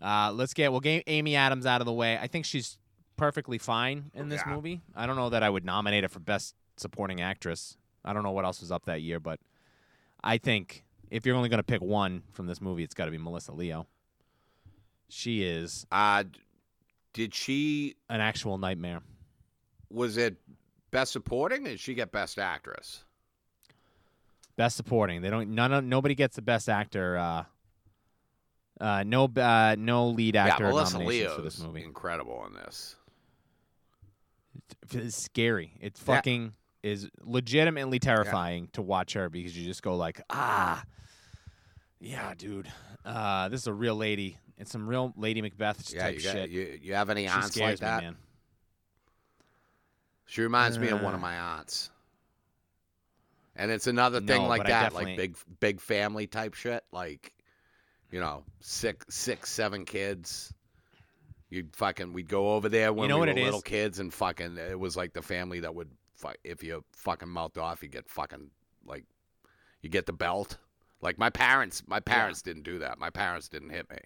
Uh, let's get well, game Amy Adams out of the way. I think she's perfectly fine in this
Oh, Yeah.
movie. I don't know that I would nominate her for best supporting actress. I don't know what else was up that year, but I think if you're only going to pick one from this movie, it's got to be Melissa Leo. She is
Uh, d- did she?
an actual nightmare.
Was it best supporting? Or did she get best actress?
Best supporting. They don't. None. of- Nobody gets the best actor. Uh, uh, no. Uh, no lead actor
yeah, Melissa
nominations
Leo's
for this movie.
incredible in this.
f- It's scary. It
Yeah.
fucking is legitimately terrifying to watch her because you just go like, ah, yeah, dude, uh, this is a real lady. It's some real Lady Macbeth
Yeah,
type
you,
shit.
got, you you have any
she
aunts like
scares
that?
me, man.
She reminds me of one of
Uh,
my aunts. And it's another thing
No,
like
but I
that, like
definitely-
big big family type shit, like you know, six six seven kids. You'd fucking we'd go over there when
know
we
what
were
it
little
is?
kids and fucking it was like the family that would fu- if you fucking mouthed off, you get fucking like you get the belt. Like my parents, my parents didn't do that. My parents didn't hit me,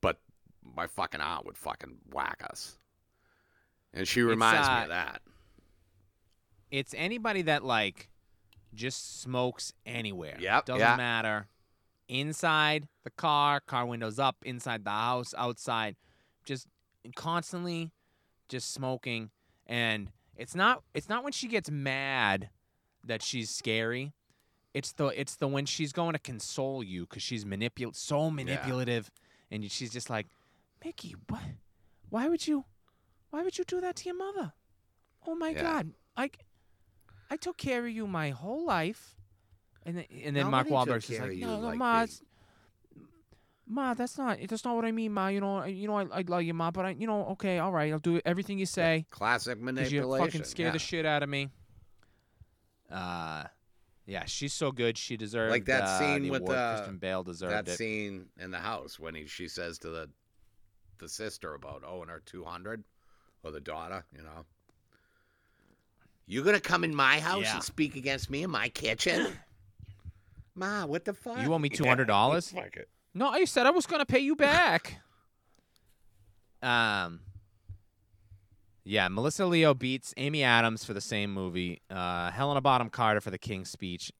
but my fucking aunt would fucking whack us, and she reminds me
uh,
of that.
It's anybody that like just smokes anywhere.
Yep,
doesn't
yeah.
matter. Inside the car, car windows up, inside the house, outside, just constantly just smoking and it's not it's not when she gets mad that she's scary it's the it's the when she's going to console you because she's manipul so manipulative and she's just like mickey what why would you why would you do that to your mother oh my
Yeah.
god i i took care of you my whole life and then, and then Mark
Nobody took
Wahlberg's just
care
like,
of
no,
you
no,
like
ma,
me."
it's- ma, that's not, that's not what I mean, ma. You know, I- you know, I, I love you, ma, but I, you know, okay, all right, I'll do everything you say.
Classic
Because
manipulation.
you fucking scare
yeah.
the shit out of me. Uh, yeah, she's so good. She deserved
Like that
uh,
scene
the
with,
award.
uh,
Kristen Bale deserved
that
it.
scene in the house when he, she says to the the sister about owing her two hundred, or the daughter, you know. You're gonna come in my house
Yeah.
and speak against me in my kitchen, Ma? What the fuck?
You owe me
Yeah,
$200?
Fuck it.
No, I said I was gonna pay you back. um. Yeah, Melissa Leo beats Amy Adams for the same movie. Uh, Helena Bottom Carter for The King's Speech.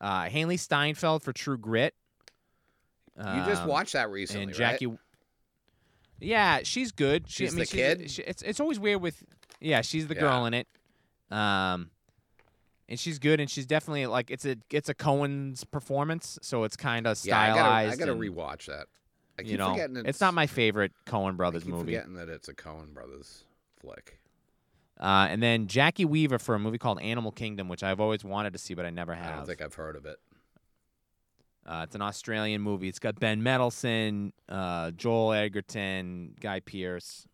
Uh, Haley Steinfeld for True Grit.
You just
Um,
watched that recently,
and Jackie. Yeah, she's good. She,
She's
I mean,
the
she's a-
kid?
she- it's it's always weird with. Yeah, she's the girl in it. Um, and she's good, and she's definitely like it's a it's a Cohen's performance, so it's kind of
Yeah, I gotta, I
stylized.
gotta
and,
rewatch that. I keep
you know,
forgetting it's,
it's not my favorite Cohen
I
brothers
keep
movie.
forgetting that it's a Cohen Brothers flick.
Uh, and then Jackie Weaver for a movie called Animal Kingdom, which I've always wanted to see, but I never
I
have.
don't think I've heard of it.
Uh, it's an Australian movie. It's got Ben Mendelsohn, uh, Joel Edgerton, Guy Pearce.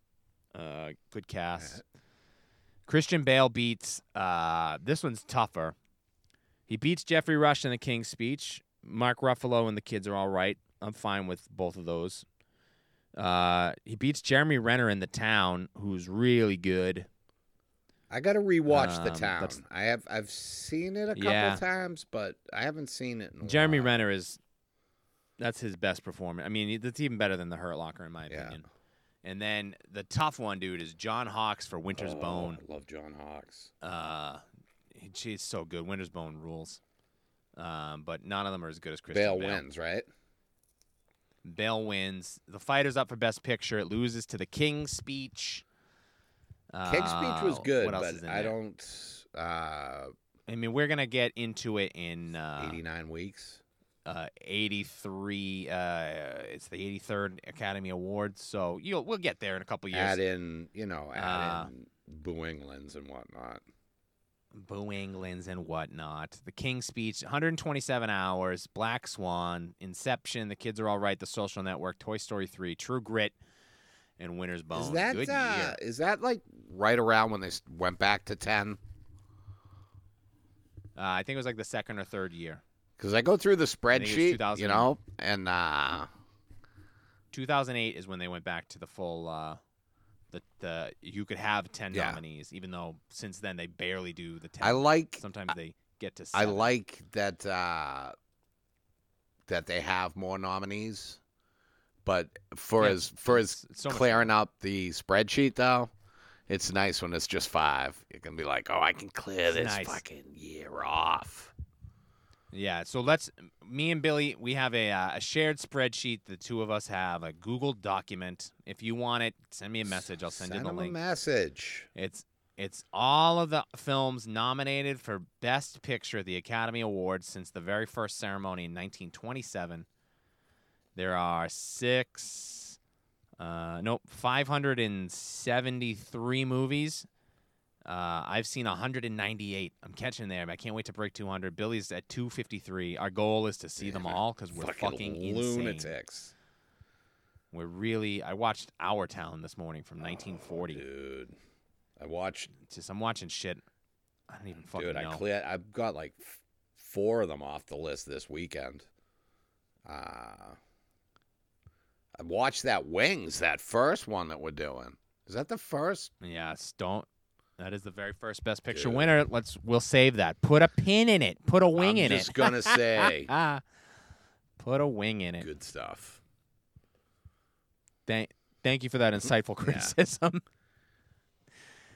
Uh, good cast. Christian Bale beats. Uh, this one's tougher. He beats Jeffrey Rush in The King's Speech. Mark Ruffalo and the kids are all right. I'm fine with both of those. Uh, he beats Jeremy Renner in The Town, who's really good.
I gotta rewatch the
Um,
town.
that's-
I have I've seen it a couple
Yeah.
times, but I haven't seen it. In a
Jeremy
while.
Renner is that's his best performance. I mean, that's even better than the Hurt Locker in my
Yeah.
opinion. And then the tough one, dude, is John Hawks for Winter's
Oh,
Bone.
I love John Hawks.
Uh, he- she's so good. Winter's Bone rules. Um, but none of them are as good as Christian
Bale
Bale.
wins, right?
Bale wins. The fighter's up for Best Picture. It loses to The King's Speech.
Keg speech was
Uh,
good,
what else
but
is in
I
there?
don't. Uh,
I mean, we're gonna get into it in uh,
Eighty nine weeks.
uh, 83. Uh, it's the 83rd Academy Awards, so you'll we'll get there in a couple years.
Add in, you know, add
Uh,
in Boo Englands and whatnot.
Boo Englands and whatnot. The King's Speech, 127 hours. Black Swan, Inception, The Kids Are All Right, The Social Network, Toy Story 3, True Grit, and Winter's Bone.
Is that
Good
uh,
year.
is that like right around when they s- went back to ten?
Uh, I think it was like the second or third year.
Because I go through
it
the
was
spreadsheet,
2000.
you know, and uh,
2008 is when they went back to the full. Uh, the, the you could have 10
Yeah.
nominees, even though since then they barely do the 10.
I like
Sometimes they get to.
I
Seven.
like that uh, that they have more nominees, but for
Yeah,
as for as
It's so much
clearing up the spreadsheet though, it's nice when it's just five. You can be like, oh, I can clear
It's
this
nice.
fucking year off.
Yeah, so let's me and Billy we have a uh, a shared spreadsheet the two of us have a Google document. If you want it, send me a message. I'll send, you the
him
link.
a message.
it's it's all of the films nominated for Best Picture at the Academy Awards since the very first ceremony in 1927. There are six, uh, nope, 573 movies. Uh, I've seen 198. I'm catching there. but I can't wait to break 200. Billy's at 253. Our goal is to see them
Yeah,
all because we're fucking, insane.
lunatics,
We're really. I watched Our Town this morning from 1940.
dude. I watched,
Just I'm watching shit. I don't even fucking
dude.
know.
I clear. I've got like f- four of them off the list this weekend. Uh I watched that Wings, that first one that we're doing. Is that the first?
yeah, don't. That is the very first Best Picture
Dude.
winner. Let's we'll save that. Put a pin in it. Put a wing
I'm
in
just
it.
gonna say
Ah, put a wing in it.
good stuff.
Thank, thank you for that insightful criticism.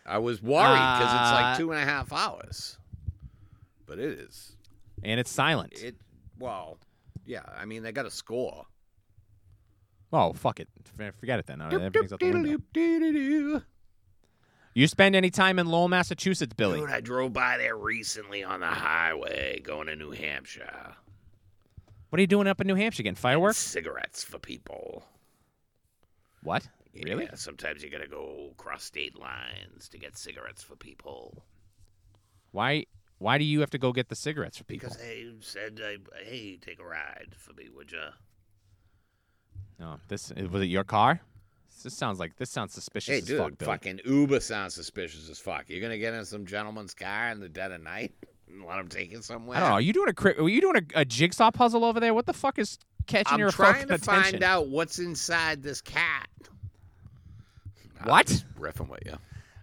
I was worried because it's
Uh,
like two and a half hours, but it is.
and it's silent.
It well, yeah. I mean, they got a score.
oh fuck it. F- Forget it then. Uh, Everything's out the window.
Doop-doop-doop-doop-doop-doop.
You spend any time in Lowell, Massachusetts, Billy?
Dude, I drove by there recently on the highway going to New Hampshire.
What are you doing up in New Hampshire again? Fireworks?
Cigarettes for people.
What?
Yeah,
Really?
Sometimes you gotta go cross state lines to get cigarettes for people.
Why? Why do you have to go get the cigarettes for people?
Because they said, I- "Hey, take a ride for me, would ya?"
No, this was it. Your car? This sounds like this sounds suspicious.
Hey,
as
dude,
fuck, Billy.
fucking Uber sounds suspicious as fuck. You're gonna get in some gentleman's car in the dead of night and let him take you somewhere.
I don't know. Are you doing a cri- are you doing a, a jigsaw puzzle over there? What the fuck is catching
I'm
your
trying
fucking
to
attention?
find out what's inside this cat. I'm
What?
just Riffing with you.
Are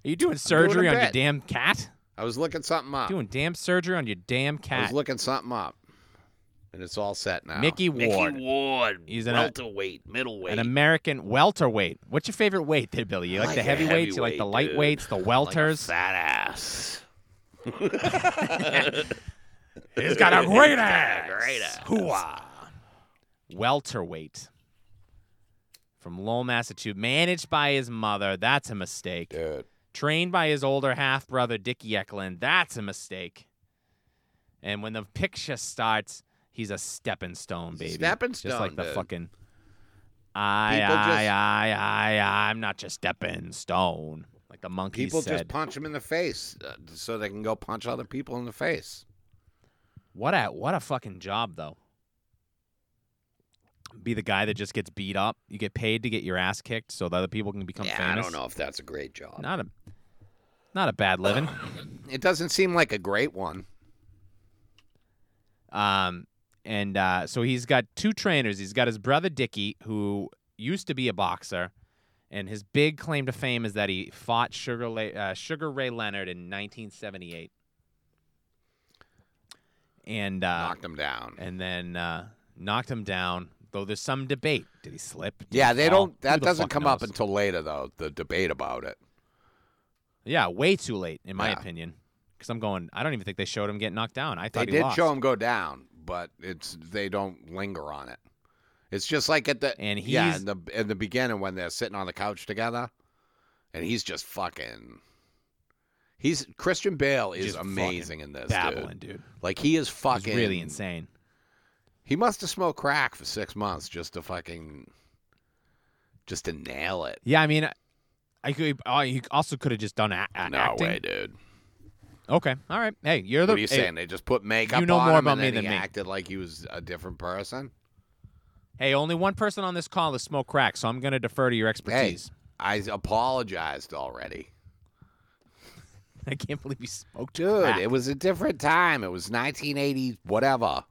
you doing surgery on your
bit.
damn cat?
I was looking something up.
Doing damn surgery on your damn
I
cat?
was looking something up, and it's all set now.
Mickey Ward.
Ward.
He's an-
welterweight, middleweight.
An American welterweight. What's your favorite weight, there, Billy? You
I
like, the
like a
heavyweights? You like the
heavyweight,
lightweights?
dude.
The welters?
Like a fat ass.
He's got a great
He's got a
ass.
great ass.
Hoo-ah. Welterweight from Lowell, Massachusetts, managed by his mother. That's a mistake.
Dude.
trained by his older half brother Dickie Eklund. That's a mistake. And when the picture starts, he's a stepping stone, baby.
Stepping stone.
just like the
dude.
fucking. I,
People just-
I, I, I, I'm not your stepping stone, like the monkey
People
said.
just punch him in the face uh, so they can go punch other people in the face.
What a what a fucking job though. Be the guy that just gets beat up. You get paid to get your ass kicked, so that other people can become
yeah,
famous.
I don't know if that's a great job.
Not a, not a bad living.
It doesn't seem like a great one.
Um, and uh, so he's got two trainers. He's got his brother Dickie, who used to be a boxer, and his big claim to fame is that he fought Sugar, Le- uh, Sugar Ray Leonard in 1978. And uh,
Knocked him down.
and then uh, knocked him down. Though there's some debate. Did he slip? Did
Yeah,
he
they
fall?
don't.
Who
That
the
doesn't
fuck
come up
knows?
until later, though. The debate about it.
yeah, way too late, in my
Yeah.
opinion. Because I'm going. I don't even think they showed him get knocked down. I
They
thought he
did
lost.
show him go down, but it's they don't linger on it. It's just like at the
And
yeah
he's-
in the in the beginning when they're sitting on the couch together, and he's just fucking. He's Christian Bale is
Just fucking
amazing in this.
Babbling,
Dude.
dude.
Like he is
It's
fucking
really insane.
He must have smoked crack for six months just to fucking, just to nail it.
Yeah, I mean, I could. Oh, he also could have just done a- a-
no
acting.
way, dude.
Okay, all right. Hey, you're the.
What are you
hey,
saying? They just put makeup.
you know
on
more
him
about
and
me
then
than
he
me.
Acted like he was a different person.
Hey, only one person on this call has smoked crack, so I'm going to defer to your expertise.
I apologized already,
I can't believe you smoked
dude.
crack.
Oh, It was a different time. It was 1980, whatever,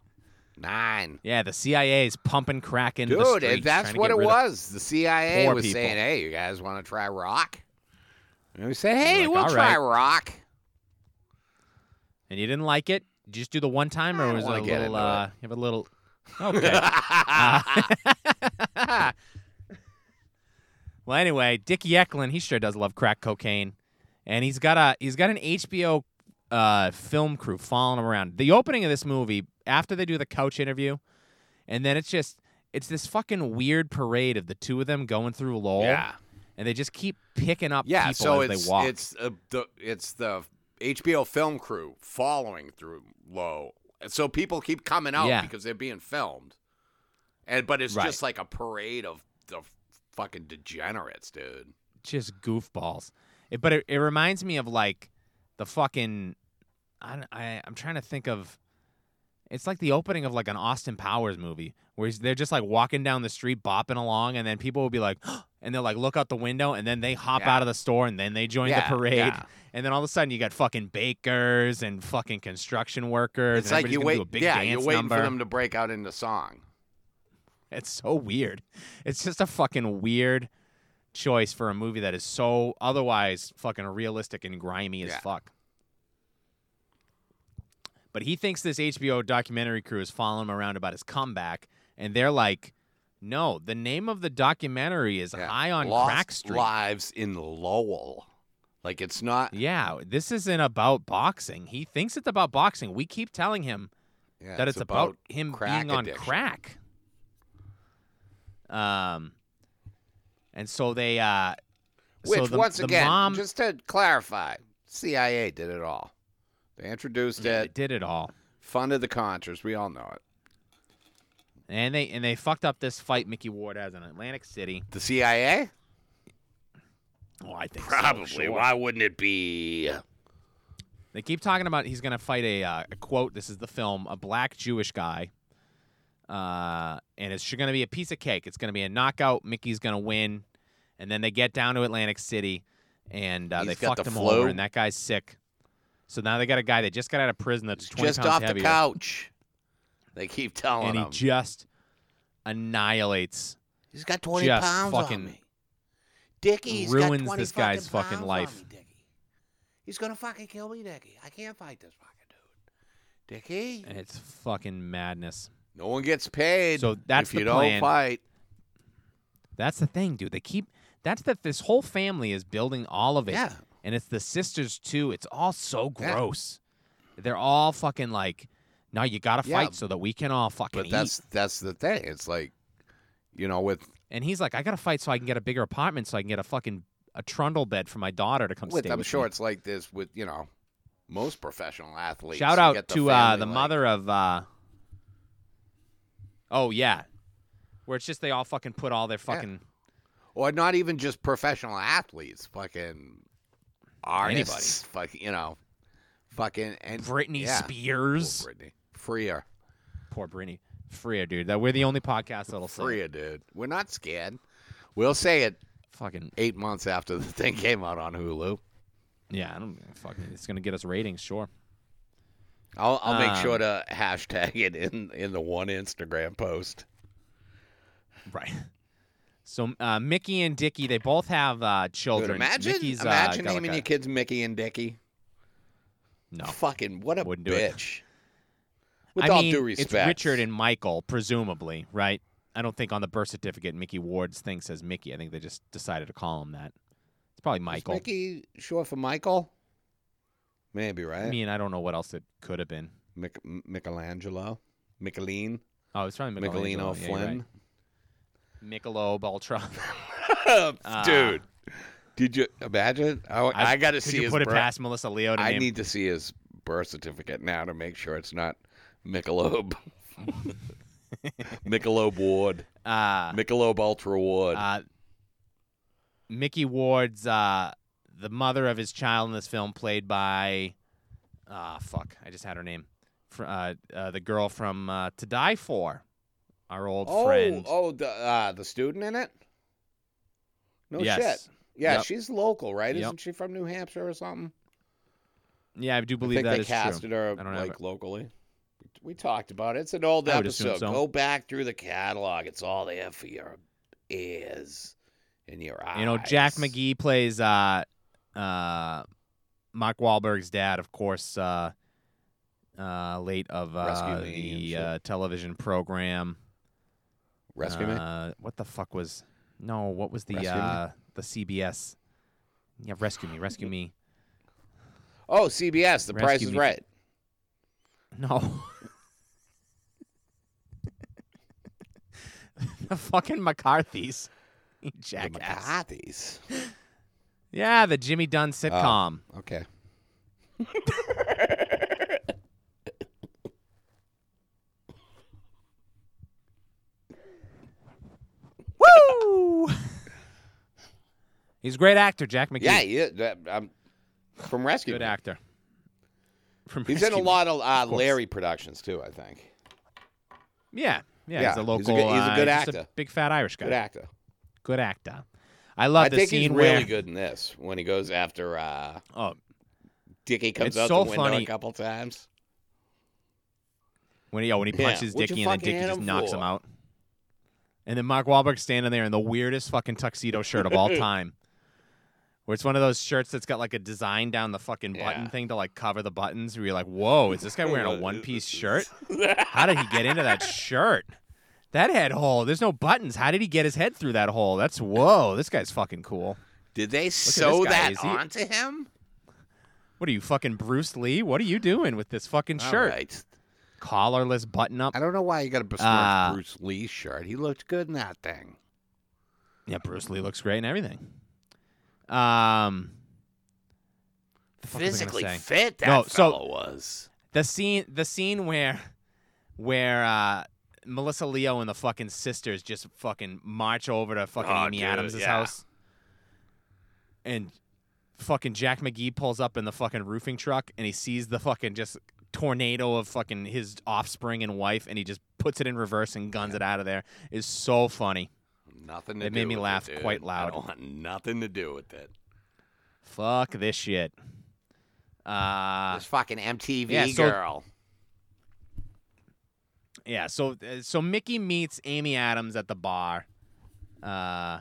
nine.
yeah, the CIA is pumping crack into the
Dude,
streets.
if that's
trying to
what
get
it
rid of-
was. The CIA
poor
was
people.
saying, "Hey, you guys want to try rock?" And we said, "Hey,
like,
we'll
"All
try
right."
rock."
and you didn't like it. Did you just do the one time,
I
or
don't
was it
wanna
a
get
little?
into it.
Uh, you have a little. Okay. Uh, well, anyway, Dickie Eklund, he sure does love crack cocaine, and he's got a he's got an HBO uh, film crew following him around. The opening of this movie, after they do the couch interview, and then it's just it's this fucking weird parade of the two of them going through Lowell,
yeah,
and they just keep picking up
yeah.
people
So
as
it's
they walk.
it's uh, the it's the HBO film crew following through low, so people keep coming out
Yeah.
because they're being filmed, and but it's
Right.
just like a parade of the fucking degenerates, dude.
just goofballs. It, but it, it reminds me of like the fucking I, don't- I I'm trying to think of it's like the opening of like an Austin Powers movie where he's, they're just like walking down the street bopping along and then people will be like and they'll like look out the window and then they hop
Yeah.
out of the store and then they join
Yeah,
the parade
yeah.
and then all of a sudden you got fucking bakers and fucking construction workers
It's
and
like
everybody's
you
gonna
wait,
do a big
yeah,
dance
you're waiting
number.
for them to break out into song.
It's so weird. It's just a fucking weird choice for a movie that is so otherwise fucking realistic and grimy as
Yeah.
fuck. But he thinks this HBO documentary crew is following him around about his comeback, and they're like, "No, the name of the documentary is
Yeah.
High on
Lost
Crack Street."
Lives in Lowell. Like it's not.
Yeah, this isn't about boxing. He thinks it's about boxing. We keep telling him
yeah,
that it's, about, him
crack
being on
addiction.
crack. Um, and so they, uh,
Which
so the,
once
the
again,
mom
just to clarify, CIA did it all. They introduced
yeah,
it,
did it all,
funded the Contras. We all know it.
and they and they fucked up this fight Mickey Ward has in Atlantic City.
The CIA?
Oh, I think so,
Probably.
sure.
Why wouldn't it be?
They keep talking about he's going to fight a, uh, a quote. This is the film, a black Jewish guy, uh, and it's going to be a piece of cake. It's going to be a knockout. Mickey's going to win, and then they get down to Atlantic City, and uh, they
He's got
fucked
the
him
flu.
over, and that guy's sick. So now they got a guy that just got out of prison that's twenty
Just
pounds
off the
heavier,
couch. They keep telling
and he
him.
just annihilates.
He's got 20
just
pounds
fucking
on me. Dickie's
ruins
got 20
this guy's
fucking,
fucking
pounds
life.
On me, Dickie. He's gonna fucking kill me, Dickie. I can't fight this fucking dude. Dickie.
And it's fucking madness.
No one gets paid.
So that's
if
the
you
plan.
don't fight.
That's the thing, dude. They keep. That's that. This whole family is building all of it.
Yeah.
and it's the sisters too. It's all so
Yeah.
gross. They're all fucking like, no, you gotta
Yeah.
fight so that we can all fucking
But
eat.
that's that's the thing. It's like, you know, with
And he's like, I gotta fight so I can get a bigger apartment, so I can get a fucking a trundle bed for my daughter to come
with
stay
I'm
with
sure
me."
it's like this with you know, most professional athletes.
Shout
You
out
get
to uh,
family,
the
like,
mother of. uh Oh yeah, where it's just they all fucking put all their fucking
or not even just professional athletes. Fucking anybody.
Artists.
Fucking you know, fucking and
Britney
yeah. Poor
Spears.
Britney. Freer.
Poor Britney. Freer, dude. That we're the only podcast that'll say it.
Freer, dude. We're not scared. We'll say it
fucking
eight months after the thing came out on Hulu.
yeah. I don't fucking. It's gonna get us ratings, sure.
I'll, I'll make sure
Um,
to hashtag it in in the one Instagram post.
Right. So uh, Mickey and Dickie, they both have uh,
Dude,
children.
imagine
Mickey's,
imagine
uh, got
naming
like
your kids Mickey and Dickie.
a, no.
Fucking what a
Wouldn't do it.
bitch. With
I
all
mean,
due respect,
it's Richard and Michael, presumably, right? I don't think on the birth certificate Mickey Ward's thing says Mickey. I think they just decided to call him that. It's probably
Is
Michael.
Mickey short for Michael? Maybe
I
right.
mean, I don't know what else it could have been.
Mic- M- Michelangelo, Micheline,
Oh, it's probably Michelangelo.
Michelino
yeah, you're
Flynn.
right. Michelob Ultra. Uh,
Dude, Ah. Did you imagine? I, I, got to
Could
see
you
his.
put
birth-
it past Melissa Leo to
I
name-
need to see his birth certificate now to make sure it's not Michelob. Michelob Ward,
uh,
Michelob Ultra Ward.
uh, Mickey Ward's uh, the mother of his child in this film, played by ah fuck, I just had her name, Fr- uh, uh, the girl from uh, To Die For, our old
oh,
friend.
oh, the uh, the student in it. No
yes.
shit. Yeah,
Yep.
she's local, right?
Yep.
Isn't she from New Hampshire or something?
Yeah, I do
I
believe
think
that
they
is
casted her
I don't have
like locally. We talked about it. It's an old
I would assume
episode.
so.
Go back through the catalog. It's all E there for your ears and your eyes.
true. You know, Jack McGee plays uh, uh, Mark Wahlberg's dad, of course. Uh, uh, late of
Rescue
uh,
Me and
the
shit.
uh, television program.
Rescue me.
uh, What the fuck was? No, what was the
Rescue Me?
uh, the CBS? Yeah, rescue me, rescue me.
Oh, CBS. The Price
Rescue
is
Me.
Right.
No. the fucking McCarthy's, You
The
jackass.
McCarthy's.
yeah, the Jimmy
Oh.
Dunn sitcom.
Okay.
Woo! He's a great actor, Jack McGee.
Yeah, yeah. that- I'm from Rescue.
good
Me.
actor. From
He's
Rescue
in
Me.
a lot of, uh,
course.
Larry productions too. I think.
Yeah, yeah,
Yeah,
he's a
he's a
local.
good- he's a
uh,
good
just
actor.
big fat Irish guy.
Good actor.
Good actor. I love
I
the
think
scene
he's really
where
good in this when he goes after uh,
oh,
Dickie comes
It's
out
so
the window
funny.
a couple times.
When he, oh, when he
Yeah.
punches
What you
Dickie and then
fucking
Dickie
hit
just
him
knocks
for?
him out. And then Mark Wahlberg's standing there in the weirdest fucking tuxedo shirt of all time. Where it's one of those shirts that's got like a design down the fucking button
Yeah.
thing to like cover the buttons where you're like, whoa, is this guy wearing a one piece shirt? How did he get into that shirt? That head hole, there's no buttons. How did he get his head through that hole? That's whoa, this guy's fucking cool.
Did they
this
sew
guy.
that
Is he-
onto him?
What are you, fucking Bruce Lee? What are you doing with this fucking
All
shirt?
right.
Collarless button up.
I don't know why you got a besmirched
Uh,
Bruce Lee shirt. He looked good in that thing.
Yeah, Bruce Lee looks great and everything. Um, the fuck was I gonna
Physically
say?
fit that
No, so-
fellow was.
The scene, the scene where, where uh, Melissa Leo and the fucking sisters just fucking march over to fucking
Oh,
Amy
dude,
Adams'
yeah.
house, and fucking Jack McGee pulls up in the fucking roofing truck and he sees the fucking just tornado of fucking his offspring and wife and he just puts it in reverse and guns it out of there is so funny.
Nothing to
It
do
made me
with
laugh
dude.
quite
I
loud.
don't want nothing to do with it.
Fuck this shit. Uh,
this fucking MTV
yeah, so-
girl.
Yeah, so uh, so Mickey meets Amy Adams at the bar, uh,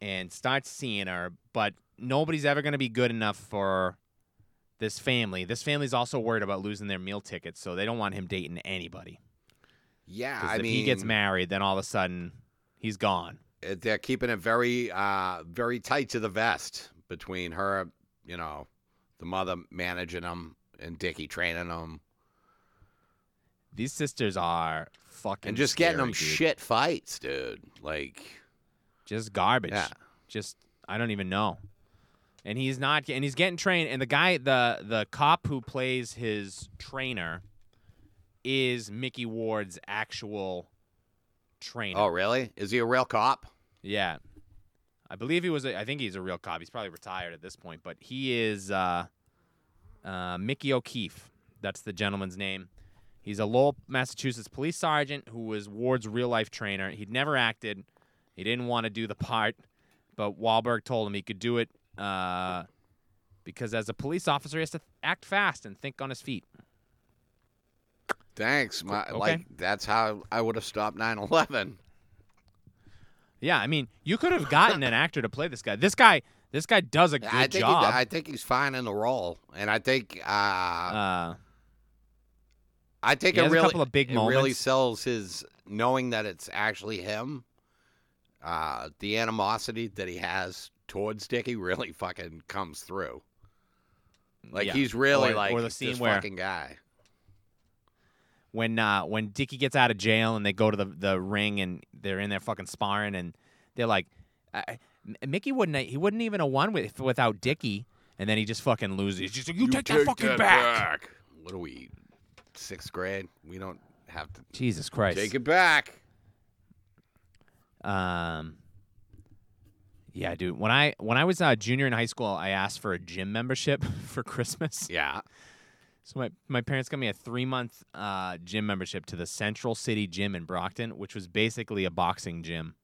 and starts seeing her, but nobody's ever gonna be good enough for this family. This family's also worried about losing their meal tickets, so they don't want him dating anybody.
Yeah,
'Cause
I
if
mean,
he gets married, then all of a sudden he's gone.
uh, they're keeping it very, uh, very tight to the vest between her, you know, the mother managing them and Dickie training them
These sisters are fucking
and just getting
scary,
them
dude.
shit fights, dude. Like,
just garbage.
Yeah.
Just I don't even know. And he's not and he's getting trained and the guy the the cop who plays his trainer is Mickey Ward's actual trainer.
oh really? Is he a real cop?
Yeah. I believe he was a, I think he's a real cop. He's probably retired at this point, but he is uh uh Mickey O'Keefe. That's the gentleman's name. He's a Lowell, Massachusetts police sergeant who was Ward's real life trainer. He'd never acted. He didn't want to do the part, but Wahlberg told him he could do it uh, because as a police officer, he has to act fast and think on his feet.
Thanks. My,
Okay.
Like that's how I would have stopped 9/11.
Yeah, I mean, you could have gotten an actor to play this guy. This guy, this guy does a good
I think
job.
He, I think he's fine in the role, and I think uh,
uh,
I think
he
it
has a
really
couple of big
it really
moments.
sells his knowing that it's actually him. Uh, the animosity that he has towards Dickie really fucking comes through. Like
Yeah.
he's really
Or-
like
or the
this
scene where-
fucking guy.
when uh, when Dickie gets out of jail and they go to the the ring and they're in there fucking sparring and they're like, I, M- Mickey wouldn't. He wouldn't even have won with without Dickie, and then he just fucking loses. He's just like, you, take, that fucking back.
What are we? Sixth grade? We don't have to
Jesus Christ.
take it back.
Um, yeah, dude. When I when I was a junior in high school, I asked for a gym membership for Christmas.
Yeah.
So my, my parents got me a three month uh, gym membership to the Central City Gym in Brockton, which was basically a boxing gym,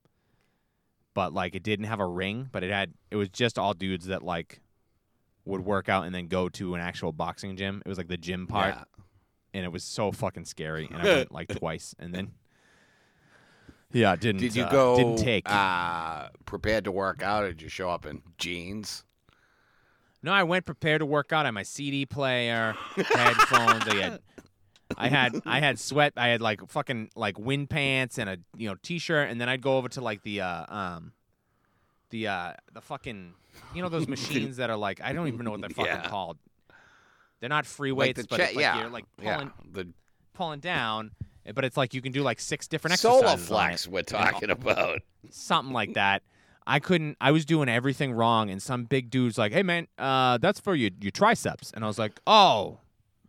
but like it didn't have a ring, but it had it was just all dudes that like would work out and then go to an actual boxing gym. It was like the gym part,
Yeah.
and it was so fucking scary. And I went like twice, and then yeah, it didn't.
Did you
uh,
go?
Didn't take.
Uh, prepared to work out, or did you show up in jeans?
No, I went prepared to work out. I had my CD player, I had headphones. I had, I had, I had sweat. I had like fucking like wind pants and a you know t-shirt, and then I'd go over to like the uh, um, the uh, the fucking you know those machines that are like I don't even know what they're fucking
Yeah.
called. They're not free
Like
weights,
the
but
cha-
it's like
yeah,
you're like pulling
yeah. The
pulling down. eh, But it's like you can do like six different exercises.
solo
on
flex we're talking about.
it, something like that. I couldn't. I was doing everything wrong, and some big dude's like, "Hey man, uh, that's for your your triceps," and I was like, "Oh,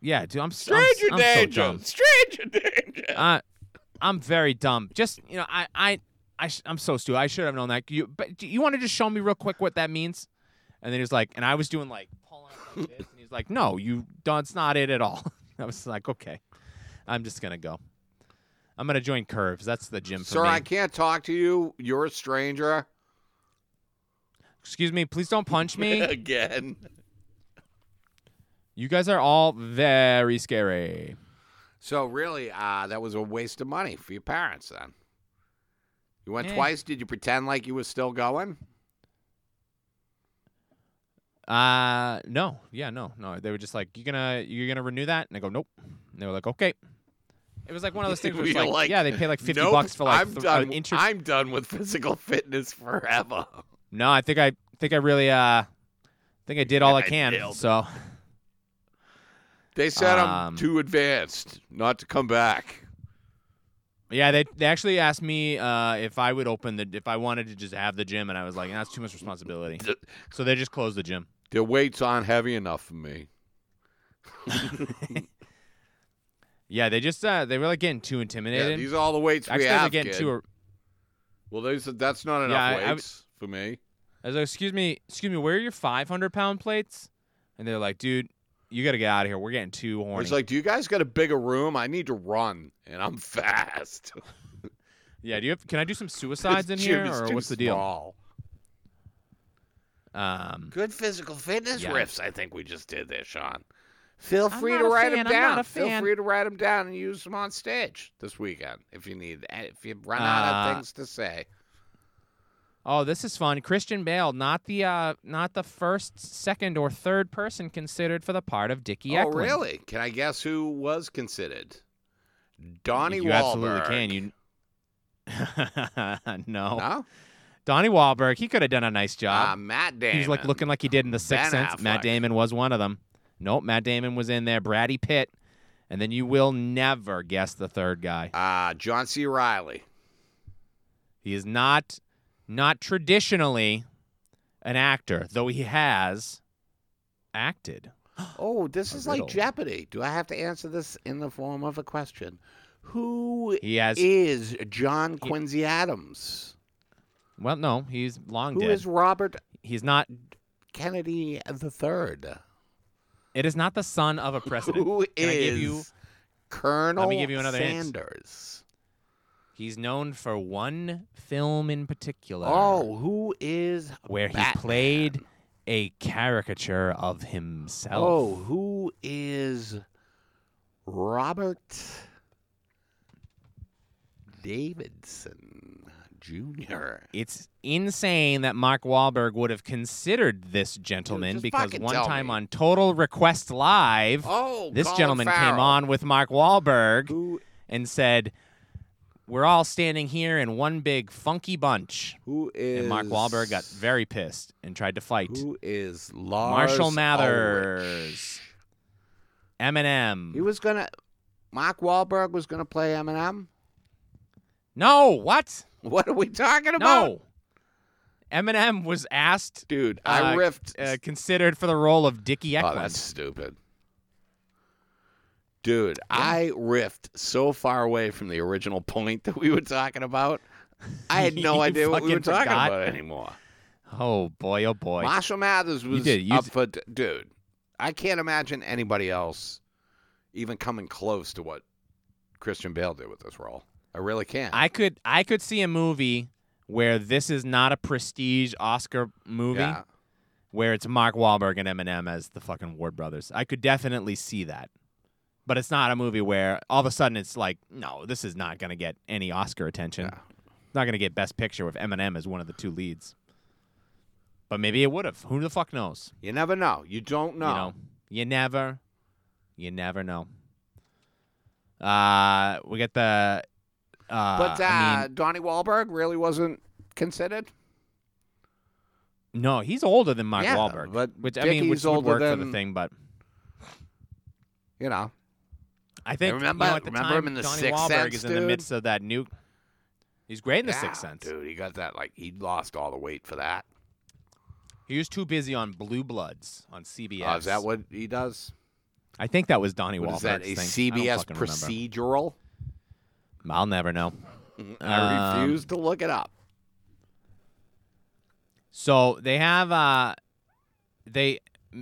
yeah, dude, I'm s- I'm, s-
Stranger
I'm so
danger.
dumb.
Stranger danger.
Uh, I'm very dumb. Just you know, I I I sh- I'm so stupid. I should have known that. You but do you want to just show me real quick what that means?" And then he was like, and I was doing like pulling up like this, and he's like, "No, you don't. It's not it at all." I was like, "Okay, I'm just gonna go. I'm gonna join Curves. That's the gym for
Sir,
me."
I can't talk to you. You're a stranger.
Excuse me, please don't punch me.
Again.
You guys are all very scary.
So really, uh, that was a waste of money for your parents then. You went
Eh.
twice. Did you pretend like you were still going?
Uh no. Yeah, no. No. They were just like, You gonna you're gonna renew that? And I go, Nope. And they were like, Okay. It was like one of those things where it's
You're
like,
like,
yeah, they pay like fifty
Nope,
bucks for like
I'm
th-
done.
an interest.
I'm done with physical fitness forever.
no, I think I think I really uh think I did all I
I
can.
nailed it.
so
They said I'm
Um,
too advanced not to come back.
yeah, they they actually asked me uh if I would open the if I wanted to just have the gym and I was like, that's too much responsibility. so they just closed the gym.
Their weights aren't heavy enough for me.
Yeah, they just uh they were like getting too
Yeah,
intimidated.
these are all the weights
actually
we
they're
have.
getting
kid.
too
well, these, that's not enough
Yeah, I- I w-
weights for me.
I was like, excuse me, excuse me, where are your 500 pound plates? And they're like, dude, you got to get out of here. We're getting too
I
horny.
was like, do you guys got a bigger room? I need to run, and I'm fast.
yeah, do you have, can I do some suicides in
This
here
gym is
or
too
what's the
small.
deal? Um,
Good physical fitness
Yeah.
riffs. I think we just did there, Sean. Feel
I'm
free
not
to
a
write
fan,
them
I'm not
down.
a
Feel
fan.
free to write them down and use them on stage this weekend if you need. eh, If you run out of
Uh,
things to say,
oh, this is fun. Christian Bale, not the uh not the first, second or third person considered for the part of Dickie
oh
Eklund.
really? Can I guess who was considered? Donnie
you
Wahlberg.
absolutely can. You no.
no,
Donnie Wahlberg, he could have done a nice
uh,
job.
Matt Damon.
He's like looking like he did in The Sixth
Ben
Sense. Matt
Affleck.
Damon was one of them. Nope, Matt Damon was in there. Brady Pitt, and then you will never guess the third guy.
Uh, John C. Riley.
He is not, not traditionally, an actor, though he has acted.
Oh, this
A
is
riddle.
like Jeopardy. Do I have to answer this in the form of a question? Who
He has.
is John Quincy Adams?
well, no, he's long
Who is
dead.
Robert
he's not.
Kennedy the third?
It is not the son of a president.
Who
Can I give you-
is Colonel
Let me give you another hint.
Sanders?
He's known for one film in particular.
Oh, who is
where he
Batman?
played a caricature of himself.
Oh, who is Robert Davidson Jr.?
It's insane that Mark Wahlberg would have considered this gentleman
just
because
fucking
one
tell
time
me.
on Total Request Live,
Oh,
this
Colin
gentleman came
Farrell.
on with Mark Wahlberg
Who
and said, "We're all standing here in one big funky bunch."
who is
And Mark Wahlberg got very pissed and tried to fight.
Who is Lars
Marshall
Ulrich?
Mathers, Eminem.
He was gonna. Mark Wahlberg was gonna play Eminem.
no, what?
What are we talking about?
No. Eminem was asked,
Dude, I
uh,
riffed.
uh, considered for the role of Dickie
oh,
Eklund.
that's stupid. Dude, I riffed so far away from the original point that we were talking about. I had
You
no idea what we were
fucking
talking
forgot.
about anymore.
oh boy, oh boy.
Marshall Mathers was
did, you
up
did-
for d- dude. I can't imagine anybody else even coming close to what Christian Bale did with this role. I really can't.
I could I could see a movie where this is not a prestige Oscar movie
Yeah.
where it's Mark Wahlberg and Eminem as the fucking Ward brothers. I could definitely see that. But it's not a movie where all of a sudden it's like, no, this is not going to get any Oscar attention.
Yeah.
It's not going to get best picture with Eminem as one of the two leads. But maybe it would have. Who the fuck knows?
You never know. You don't know.
You know, you never, you never know. Uh, we get the. Uh,
but uh,
I mean,
Donnie Wahlberg really wasn't considered.
no, he's older than Mark
Yeah,
Wahlberg,
but
which I mean,
Dickie's
which would
older
work for the
than-
thing. But
You know.
I think
remember-
you know, at the
remember
time,
him in The
Donnie
Sixth
Wahlberg
Sense,
is in the
dude?
midst of that new. He's great in the
Yeah,
Sixth Sense.
Dude, he got that like he lost all the weight for that.
He was too busy on Blue Bloods on CBS.
Uh, is that what he does?
I think that was Donnie
What
Wahlberg's
is that? A
thing. I don't
CBS
fucking remember.
procedural?
I'll never know.
I
Um,
refuse to look it up.
So they have uh they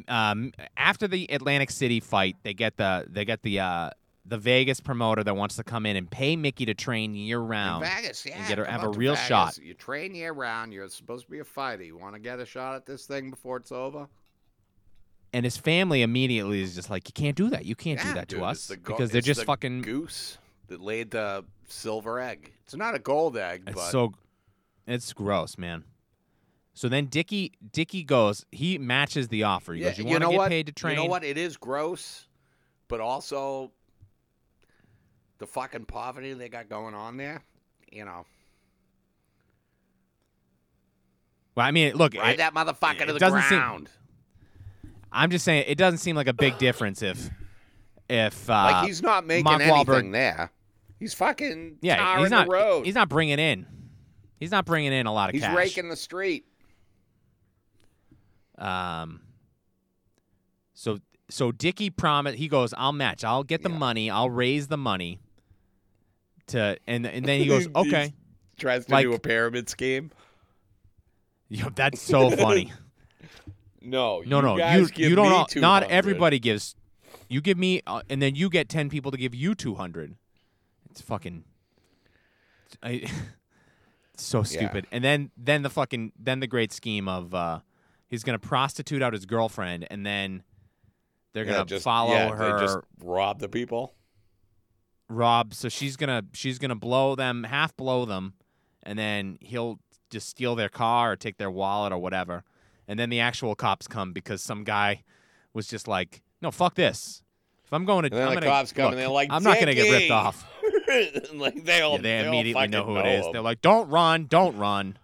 um after the Atlantic City fight, they get the they get the uh the Vegas promoter that wants to come in and pay Mickey to train year round.
Vegas, yeah.
get her-
come
have
out
a
to
real
Vegas.
shot.
You train year round. You're supposed to be a fighter. You want to get a shot at this thing before it's over?
And his family immediately is just like, You can't do that. You can't do
Yeah,
that
dude,
to
it's
us.
the go-
because they're
it's
just
the
fucking
Mm. goose that laid the silver egg. It's not a gold egg,
it's
but
so it's gross, man. So then Dickie Dickie goes, he matches the offer. He
yeah,
goes, You, want to
know
get
what?
paid to train?
You know what? It is gross, but also the fucking poverty they got going on there. You know,
Well, I mean, look,
ride
it-
that motherfucker
it
to the
doesn't seem-
ground.
I'm just saying it doesn't seem like a big difference if if uh,
like he's not making
Mark
anything
Wahlberg-
there. He's fucking
Yeah,
tarring
he's not.
the road.
He's not bringing in. He's not bringing in a lot of
He's
cash.
raking the street.
Um. So so Dicky promised. He goes, "I'll match. I'll get the
Yeah.
money. I'll raise the money." To and and then he goes,
He's-
"Okay,
Tries to
Like-
do a pyramid scheme.
Yo, that's so funny."
No,
No,
you
no,
guys
you
give
you don't.
me
all- Not
200.
everybody gives. You give me, uh, and then you get ten people to give you two hundred. It's fucking. I, it's so stupid. And then then the fucking then the great scheme of uh, he's gonna prostitute out his girlfriend, and then they're
Yeah,
gonna
just-
follow
yeah,
her
They just rob the people.
Rob. So she's gonna she's gonna blow them, half blow them, and then he'll just steal their car or take their wallet or whatever. And then the actual cops come because some guy was just like, "No, fuck this. If I'm going to,
And then
I'm
the
gonna,
cops come
look,
and they're like,
I'm not gonna get ripped
"Dickie!"
off."
like they all,
Yeah, they,
all
immediately know
fucking
who it is.
him.
They're like, "Don't run, don't run."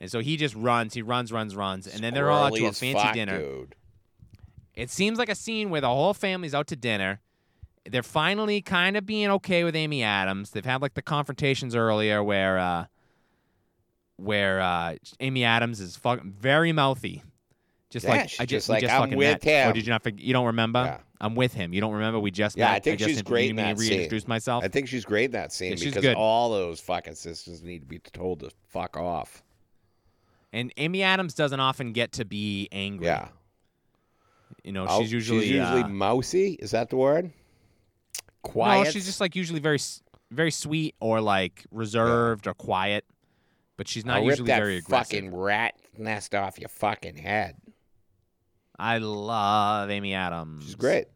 And so he just runs. He runs, runs, runs, and then they're all out
Squirrely
to a
as
fancy
fuck,
dinner.
Dude.
It seems like a scene where the whole family's out to dinner. They're finally kind of being okay with Amy Adams. They've had like the confrontations earlier where uh where uh Amy Adams is fuck- very mouthy. Just
Yeah,
like
she's
I just,
just
we
like,
just
"I'm
fucking
with
met. Oh,
him.
did you not forg you don't remember?
Yeah.
I'm with him. You don't remember we just
Yeah,
met.
I think
just
she's
int-
great
you
in
mean
that scene.
reintroduced myself.
I think she's great in that scene
Yeah, she's
because
good.
all those fucking sisters need to be told to fuck off.
and Amy Adams doesn't often get to be angry.
Yeah.
You know,
Oh,
she's usually
she's usually
uh,
mousy. Is that the word? Quiet.
No, she's just like usually very s- very sweet or like reserved or quiet, but she's not
I'll rip
usually
that
very aggressive.
fucking rat nest off your fucking head.
I love Amy Adams.
She's great.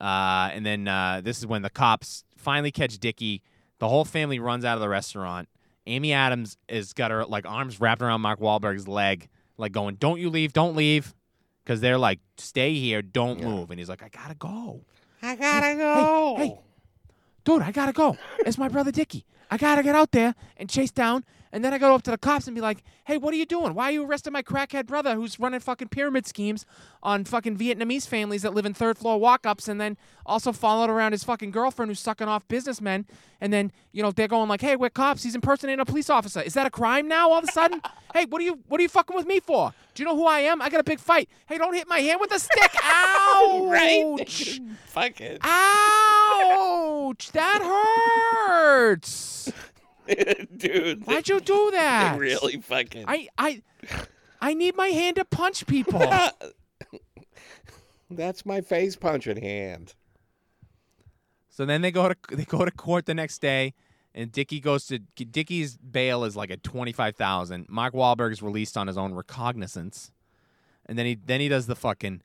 Uh, and then uh, this is when the cops finally catch Dickie. The whole family runs out of the restaurant. Amy Adams has got her like arms wrapped around Mark Wahlberg's leg, like going, "Don't you leave! Don't leave!" Because they're like, "Stay here! Don't
Yeah.
move!" And he's like, "I gotta go."
I gotta go.
hey. Dude, I gotta go. It's my brother Dickie. I gotta get out there and chase down, and then I go up to the cops and be like, "Hey, what are you doing? Why are you arresting my crackhead brother who's running fucking pyramid schemes on fucking Vietnamese families that live in third floor walk-ups, and then also followed around his fucking girlfriend who's sucking off businessmen, and then you know they're going like, "Hey, we're cops. He's impersonating a police officer. Is that a crime now? All of a sudden? hey, what are you what are you fucking with me for? Do you know who I am? I got a big fight. Hey, don't hit my hand with a stick. Ouch! Oh,
Right? Fuck it.
Ouch! That hurts.
Dude, they,
Why'd you do
they
that?
really fucking.
I I I need my hand to punch people.
That's my face punching hand.
so then they go to they go to court the next day, and Dickie goes to Dickie's bail is like at twenty five thousand. Mark Wahlberg is released on his own recognizance, and then he then he does the fucking.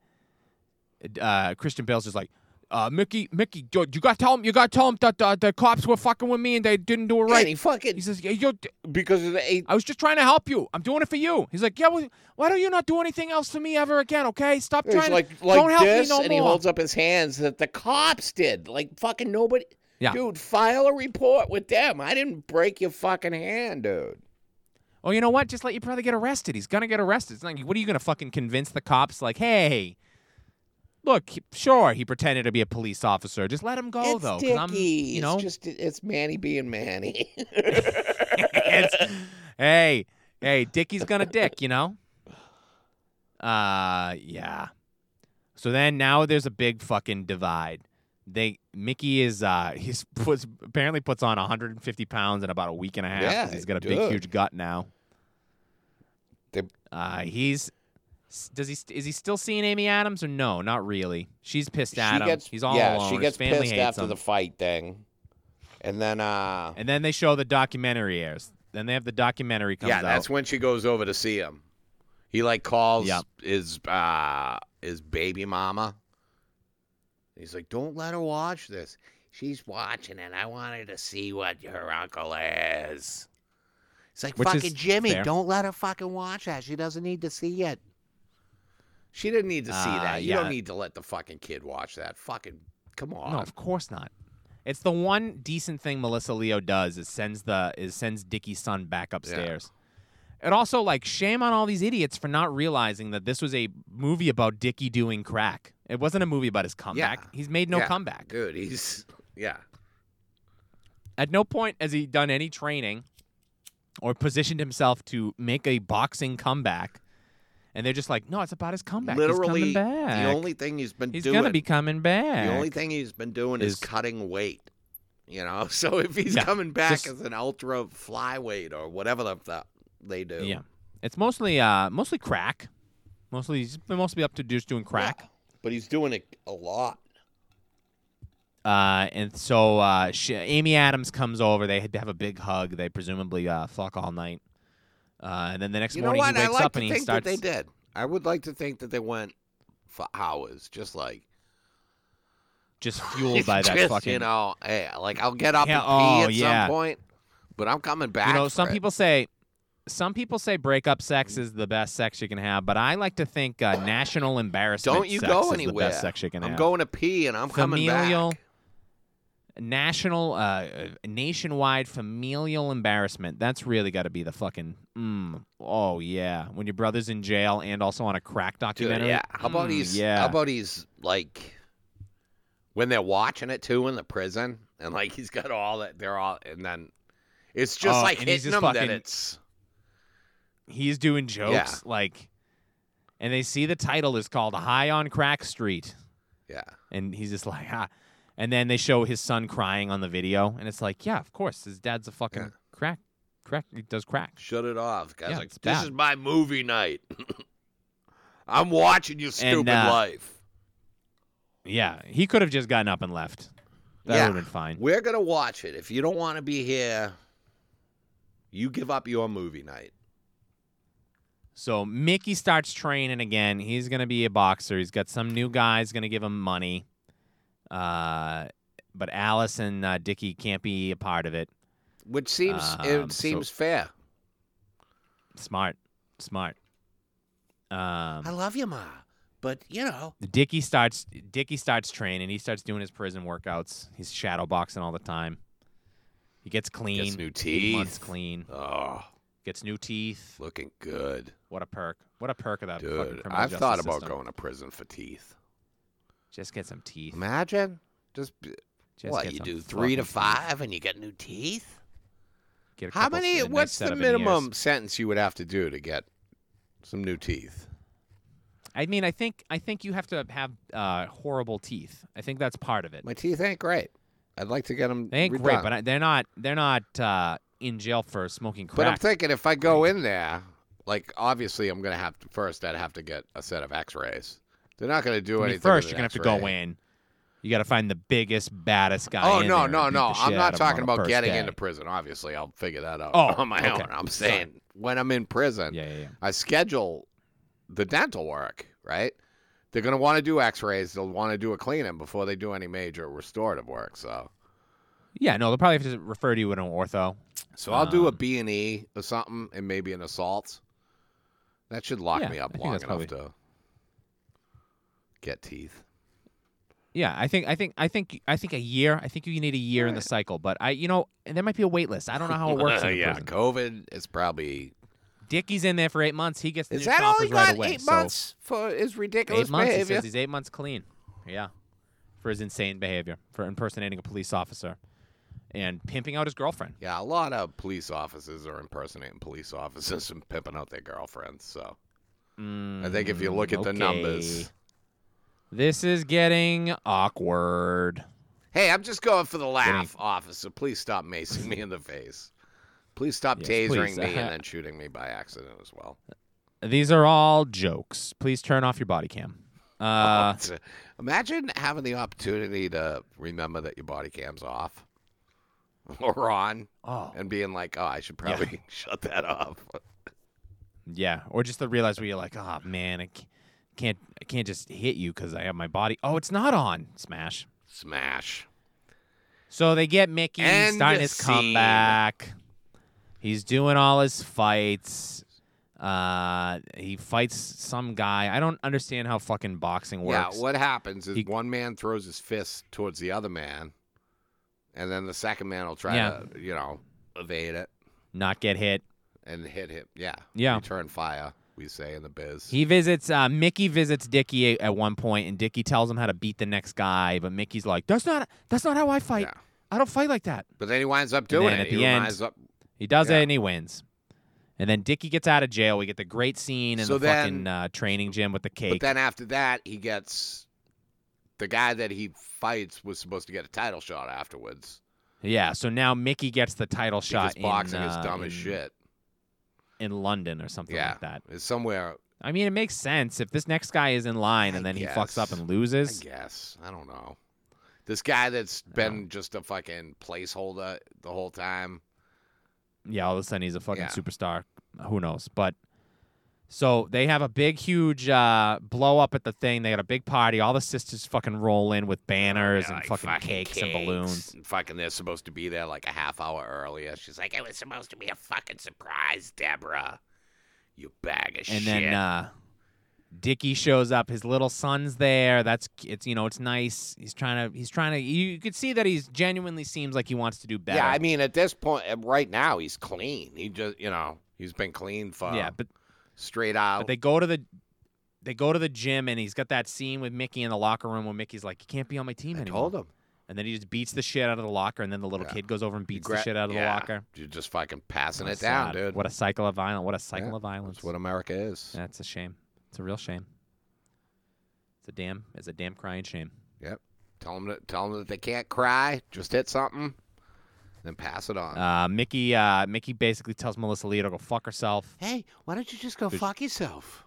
Uh, Christian Bale's just like. Uh, Mickey, Mickey, you you gotta tell him, you gotta tell him that uh, the, the cops were fucking with me and they didn't do it
Right.
right.
he
He
fucking
says, "Yeah, you
because of the eight.
I was just trying to help you. I'm doing it for you. He's like, yeah, well, why don't you not do anything else for me ever again? Okay, stop
He's
trying.
like
to,
like
don't help
this,
me no
and
more.
he holds up his hands that the cops did. Like fucking nobody.
Yeah.
Dude, file a report with them. I didn't break your fucking hand, dude.
oh, you know what? Just let your brother get arrested. He's gonna get arrested. It's like, what are you gonna fucking convince the cops? Like, hey, look, he- sure, he pretended to be a police officer. Just let him go
it's
Oh, though, 'cause
Dickie.
I'm, you know,
it's just it's Manny being Manny.
It's- hey, hey, Dickie's gonna dick, you know. Uh, yeah. So then now there's a big fucking divide. They Mickey is uh he's puts apparently puts on 150 pounds in about a week and a half. 'cause
Yeah,
he's got a
dude.
big huge gut now.
They-
Uh, he's s- does he st- is he still seeing Amy Adams or no? Not really. She's pissed at him. he's all
yeah,
alone.
she
His
gets
family
pissed
hates
after
him.
the fight thing, and then uh,
and then they show the documentary airs. Then they have the documentary comes
yeah,
out.
that's when she goes over to see him. He like calls
Yep.
his uh his baby mama. He's like, "Don't let her watch this. She's watching it. I wanted to see what her uncle is." It's like
Which is
fucking Jimmy.
fair.
Don't let her fucking watch that. She doesn't need to see it. She didn't need to see
Uh,
that. You
yeah.
don't need to let the fucking kid watch that. Fucking come on.
No, of course not. It's the one decent thing Melissa Leo does is sends the is sends Dickie's son back upstairs. It also like shame on all these idiots for not realizing that this was a movie about Dickie doing crack. It wasn't a movie about his comeback. He's made no
Yeah.
comeback.
Dude, he's yeah.
At no point has he done any training or positioned himself to make a boxing comeback. And they're just like, no, it's about his comeback.
Literally,
he's coming back.
the only thing he's been
he's
doing
gonna be coming back.
The only thing he's been doing is,
is-
cutting weight. You know, so if he's
Yeah,
coming back
just-
as an ultra flyweight or whatever the, the they do,
Yeah, it's mostly uh mostly crack. Mostly he's been mostly up to just doing crack.
Yeah. But he's doing it a lot.
Uh, and so uh, she, Amy Adams comes over. They had to have a big hug. They presumably uh, fuck all night. Uh, and then the next
you know
morning
what?
he
I
wakes
like
up
to
and
think
he starts.
that they did. I would like to think that they went for hours, just like
just fueled by that
just,
fucking.
You know, hey, like I'll get up
Yeah,
and pee
oh,
at
yeah.
some point, but I'm coming back.
you know,
for
some
it.
people say, some people say breakup sex is the best sex you can have, but I like to think uh, national embarrassment.
Don't you
sex
go
is
anywhere.
The best sex you can
I'm
have.
going to pee and I'm coming
familial
back.
national uh nationwide familial embarrassment that's really got to be the fucking mm, oh yeah when your brother's in jail and also on a crack
Dude,
documentary
yeah. How about
Mm,
he's?
yeah
How about he's like when they're watching it too in the prison, and like he's got all that. They're all, and then it's just
Oh,
like
and he's
hitting
just
them
fucking-
that it's
he's doing jokes like and they see the title is called high on crack street
yeah.
and he's just like ah. and then they show his son crying on the video and it's like yeah of course his dad's a fucking
Yeah.
crack crack he does crack
Shut it off, guys.
Yeah,
like
it's
this
bad.
is my movie night. I'm watching your stupid
uh,
life.
yeah he could have just gotten up and left that
Yeah.
would have been fine
We're gonna watch it. If you don't want to be here, you give up your movie night.
So Mickey starts training again. He's gonna be a boxer. He's got some new guys gonna give him money. Uh, but Alice and uh, Dickie can't be a part of it.
Which seems
Um,
it
so-
seems fair.
Smart, smart.
I
Um,
love you, Ma, but you know,
Dickie starts. Dickie starts training. He starts doing his prison workouts. He's shadow boxing all the time. He gets clean.
new
Eight months
teeth.
clean.
Oh,
Gets new teeth.
looking good,
What a perk. What a perk of that fucking
dude.
criminal
I've
justice
thought about
system.
going to prison for teeth.
Just get some teeth.
Imagine just, b-
Just
what
get
you
some
do three to
fucking teeth.
five, and you get new teeth.
Get a
How
couple
many?
in next
What's the
seven years.
minimum sentence you would have to do to get some new teeth?
I mean, I think I think you have to have uh, horrible teeth. I think that's part of it.
My teeth ain't great. I'd like to get them.
They ain't great, but I, they're not they're not uh, in jail for smoking crack.
But I'm thinking if I go in there, like obviously I'm gonna have to first I'd have to get a set of X-rays. They're not gonna do
I mean,
anything.
first,
with
you're
an
gonna have to go
X-ray.
in. You got to find the biggest, baddest guy.
Oh
in
no
there
no
and beat the
no! I'm
shit out
not
of him
talking
on the
about
first
getting
day.
into prison. Obviously, I'll figure that out
Oh,
on my
okay.
own. I'm saying when I'm in prison,
Yeah, yeah, yeah.
I schedule the dental work. Right? They're gonna want to do X-rays. They'll want to do a cleaning before they do any major restorative work. So.
Yeah, no, they'll probably have to refer to you with an ortho.
So I'll do a
Um,
B and E or something, and maybe an assault. That should lock
Yeah,
me
I
up
think
long
that's
enough
probably-
to get teeth.
Yeah, I think I think I think I think a year. I think you need a year in the cycle, but I, you know, and there might be a wait list. I don't know how it works. in the
yeah,
prison.
COVID is probably.
Dicky's in there for eight months. He gets the
Is
new
that all
choppers
he got?
right away.
eight
so
months for his ridiculous
eight months. He
behavior.
says he's eight months clean. Yeah, for his insane behavior, for impersonating a police officer, and pimping out his girlfriend.
yeah, a lot of police officers are impersonating police officers and pimping out their girlfriends. So I think if you look at the
Mm, okay.
numbers,
This is getting awkward.
hey, I'm just going for the
Getting-
laugh, officer. Please stop macing me in the face. Please stop
Yes,
tasering
please.
me and then shooting me by accident as well.
These are all jokes. Please turn off your body cam. Uh,
It's a- imagine having the opportunity to remember that your body cam's off or on
oh,
and being like, oh, I should probably shut that off.
yeah. Or just to realize where you're like, oh man, I c- can't, I can't just hit you because I have my body. Oh, it's not on. Smash.
Smash.
So they get Mickey
End
starting his
scene.
comeback. He's doing all his fights. Uh, he fights some guy. I don't understand how fucking boxing works.
Yeah, what happens is
He-
one man throws his fist towards the other man, and then the second man will try
Yeah.
to, you know, evade it
Not get hit.
and hit him. Yeah.
Yeah.
Return fire, we say in the biz.
He visits. Uh, Mickey visits Dickie at, at one point, and Dickie tells him how to beat the next guy. But Mickey's like, "That's not. That's not how I fight.
Yeah.
I don't fight like that."
But then he winds up
then
doing
at
it. He
the end-
winds up
He does
Yeah.
it, and he wins. And then Dickie gets out of jail. We get the great scene in
So
the
then-
fucking uh, training gym with the
But
cake.
then after that, he gets the guy that he fights was supposed to get a title shot afterwards
yeah. So now Mickey gets the title shot.
because boxing
in,
is
uh,
dumb as
in-
shit.
in London or something
Yeah.
like that.
It's somewhere.
I mean, it makes sense if this next guy is in line and
I
then he fucks up
guess.
and
I
loses.
guess I don't know. This guy that's been just a fucking placeholder the whole time.
Yeah, all of a sudden he's a fucking
Yeah.
superstar. Who knows? But so they have a big, huge uh, blow up at the thing. They got a big party. All the sisters fucking roll in with banners
Yeah,
and
like
fucking, cakes, and balloons.
and fucking, they're supposed to be there like a half hour earlier. She's like, "It was supposed to be a fucking surprise, Deborah. You bag of
And
shit."
then uh, Dickie shows up. His little son's there. That's it's you know it's nice. He's trying to he's trying to. You could see that he's genuinely seems like he wants to do better.
Yeah, I mean, at this point, uh, right now, he's clean. He just, you know, he's been clean for
yeah, but
straight out.
But they go to the they go to the gym and he's got that scene with Mickey in the locker room where Mickey's like, You can't be on my team
I
anymore.
told him.
And then he just beats the shit out of the locker and then the little
Yeah.
kid goes over and be
You
beats
gra-
the shit out of the
yeah,
locker.
You're just fucking passing
I'm
it down,
sad.
dude.
What a cycle of violence. What a cycle
Yeah,
of violence.
That's what America is.
That's a shame. It's a real shame. It's a damn it's a damn crying shame.
Yep. Tell them, that, tell them that they can't cry. Just hit something, then pass it on.
Uh, Mickey uh, Mickey basically tells Melissa Lee to go fuck herself.
hey, why don't you just go
Good.
fuck yourself?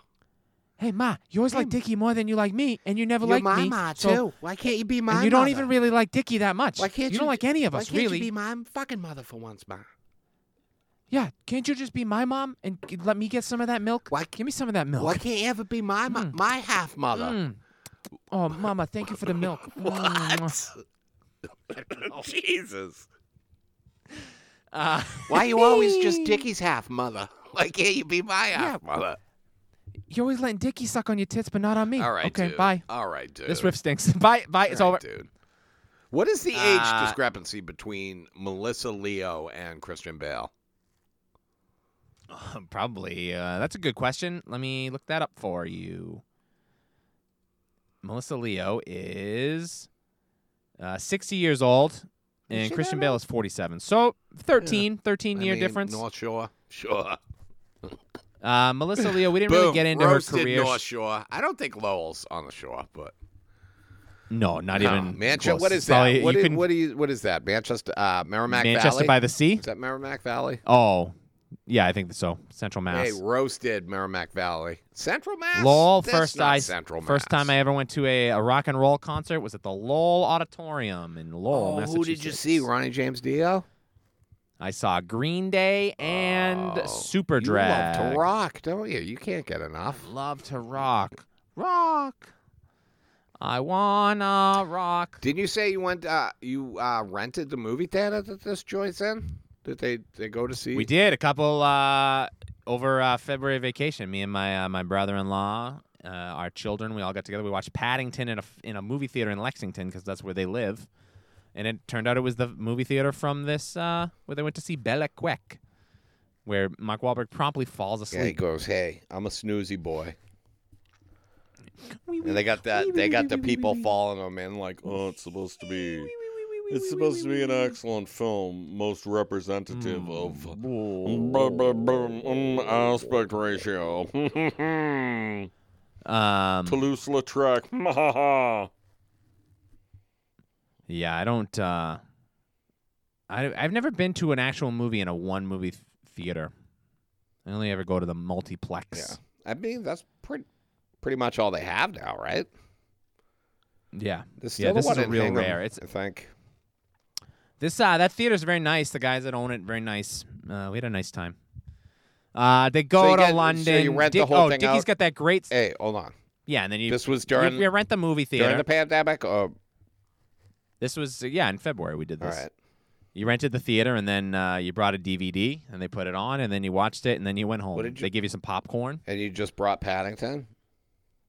Hey Ma, you always like
Hey.
Dickie more than you like me, and you never
You're
like
my
me.
ma,
so-
too. Why can't you be my
and you don't
mother?
even really like Dickie that much.
Why can't
you don't
you-
like any of
Why
us,
can't
really.
you be my fucking mother for once, ma?
Yeah, can't you just be my mom and g- let me get some of that milk?
Why-
Give me some of that milk.
Why can't you ever be my ma-
Mm.
my half mother?
Mm. Oh, mama, thank you for the milk. Mm.
What? Jesus.
Uh,
Why you always just Dickie's half mother? Why can't you be my half mother?
You're always letting Dickie suck on your tits, but not on me.
All right,
Okay,
dude.
bye.
All right, dude.
This riff stinks. bye, bye. It's
All
over.
right, dude. What is the age
Uh,
discrepancy between Melissa Leo and Christian Bale?
Probably. Uh, that's a good question. Let me look that up for you. Melissa Leo is uh, 60 years old, and
she that
Christian Bale is 47. So 13, 13
I
year
mean,
difference.
North Shore, sure.
Uh, Melissa Leo, we didn't
Boom.
really get into her
Roasted
career.
North Shore. I don't think Lowell's on the shore, but
No, not
No.
even.
Manchester.
close.
What
It's
is that?
probably-
What
you
is,
couldn't-
what, do you, what is that? Manchester, uh, Merrimack
Manchester
Valley.
by the Sea?
is that Merrimack Valley?
Oh, yeah, I think so. Central Mass.
Hey, roasted Merrimack Valley, Central Mass.
Lowell,
That's
first
not
I
Central Mass.
first time I ever went to a, a rock and roll concert was at the Lowell Auditorium in Lowell,
Oh, who
Massachusetts.
did you see? Ronnie James Dio.
I saw Green Day and
Oh,
Superdrag.
You love to rock, don't you? You can't get enough.
Love to rock, rock. I wanna rock.
Didn't you say you went? Uh, you uh, rented the movie theater that this joint's in? Did they they go to see?
We did a couple uh, over uh, February vacation. Me and my uh, my brother-in-law, uh, our children, we all got together. We watched Paddington in a f- in a movie theater in Lexington because that's where they live. And it turned out it was the movie theater from this uh, where they went to see Bella Queck, where Mark Wahlberg promptly falls
Yeah, he
asleep.
goes, "Hey, I'm a snoozy boy,"
Wee, wee,
and they got that
wee,
they
wee,
got
wee,
the
wee, wee,
people
wee.
following him in, like,
Oh, it's supposed to be.
Wee,
It's
wee,
supposed to
wee,
be an
wee, wee.
excellent film, most representative
Mm.
of blah, blah, blah,
Boo.
mm, aspect ratio.
Um,
Toulouse-Lautrec. Ha, ha, ha.
Yeah, I don't. Uh, I I've never been to an actual movie in a one movie th- theater. I only ever go to the multiplex.
Yeah. I mean, that's pretty pretty much all they have now, right?
Yeah.
There's
Yeah,
still
this
one
is a
in
real
Hingham,
rare. It's-
I think.
This uh, that theater's very nice. The guys that own it very nice. Uh, we had a nice time. Uh, they go
So you
to
get- so you
London.
rent the
Dick-
whole
oh,
thing
Dickie's
out?
got that great.
Hey, hold on.
yeah, and then you
This was
you-
during
you rent the movie theater.
during the pandemic. Oh, Or,
this was uh, yeah in February we did
all
this.
right.
You rented the theater and then uh, you brought a DVD and they put it on and then you watched it and then you went home.
did you-
They give you some popcorn.
And you just brought Paddington.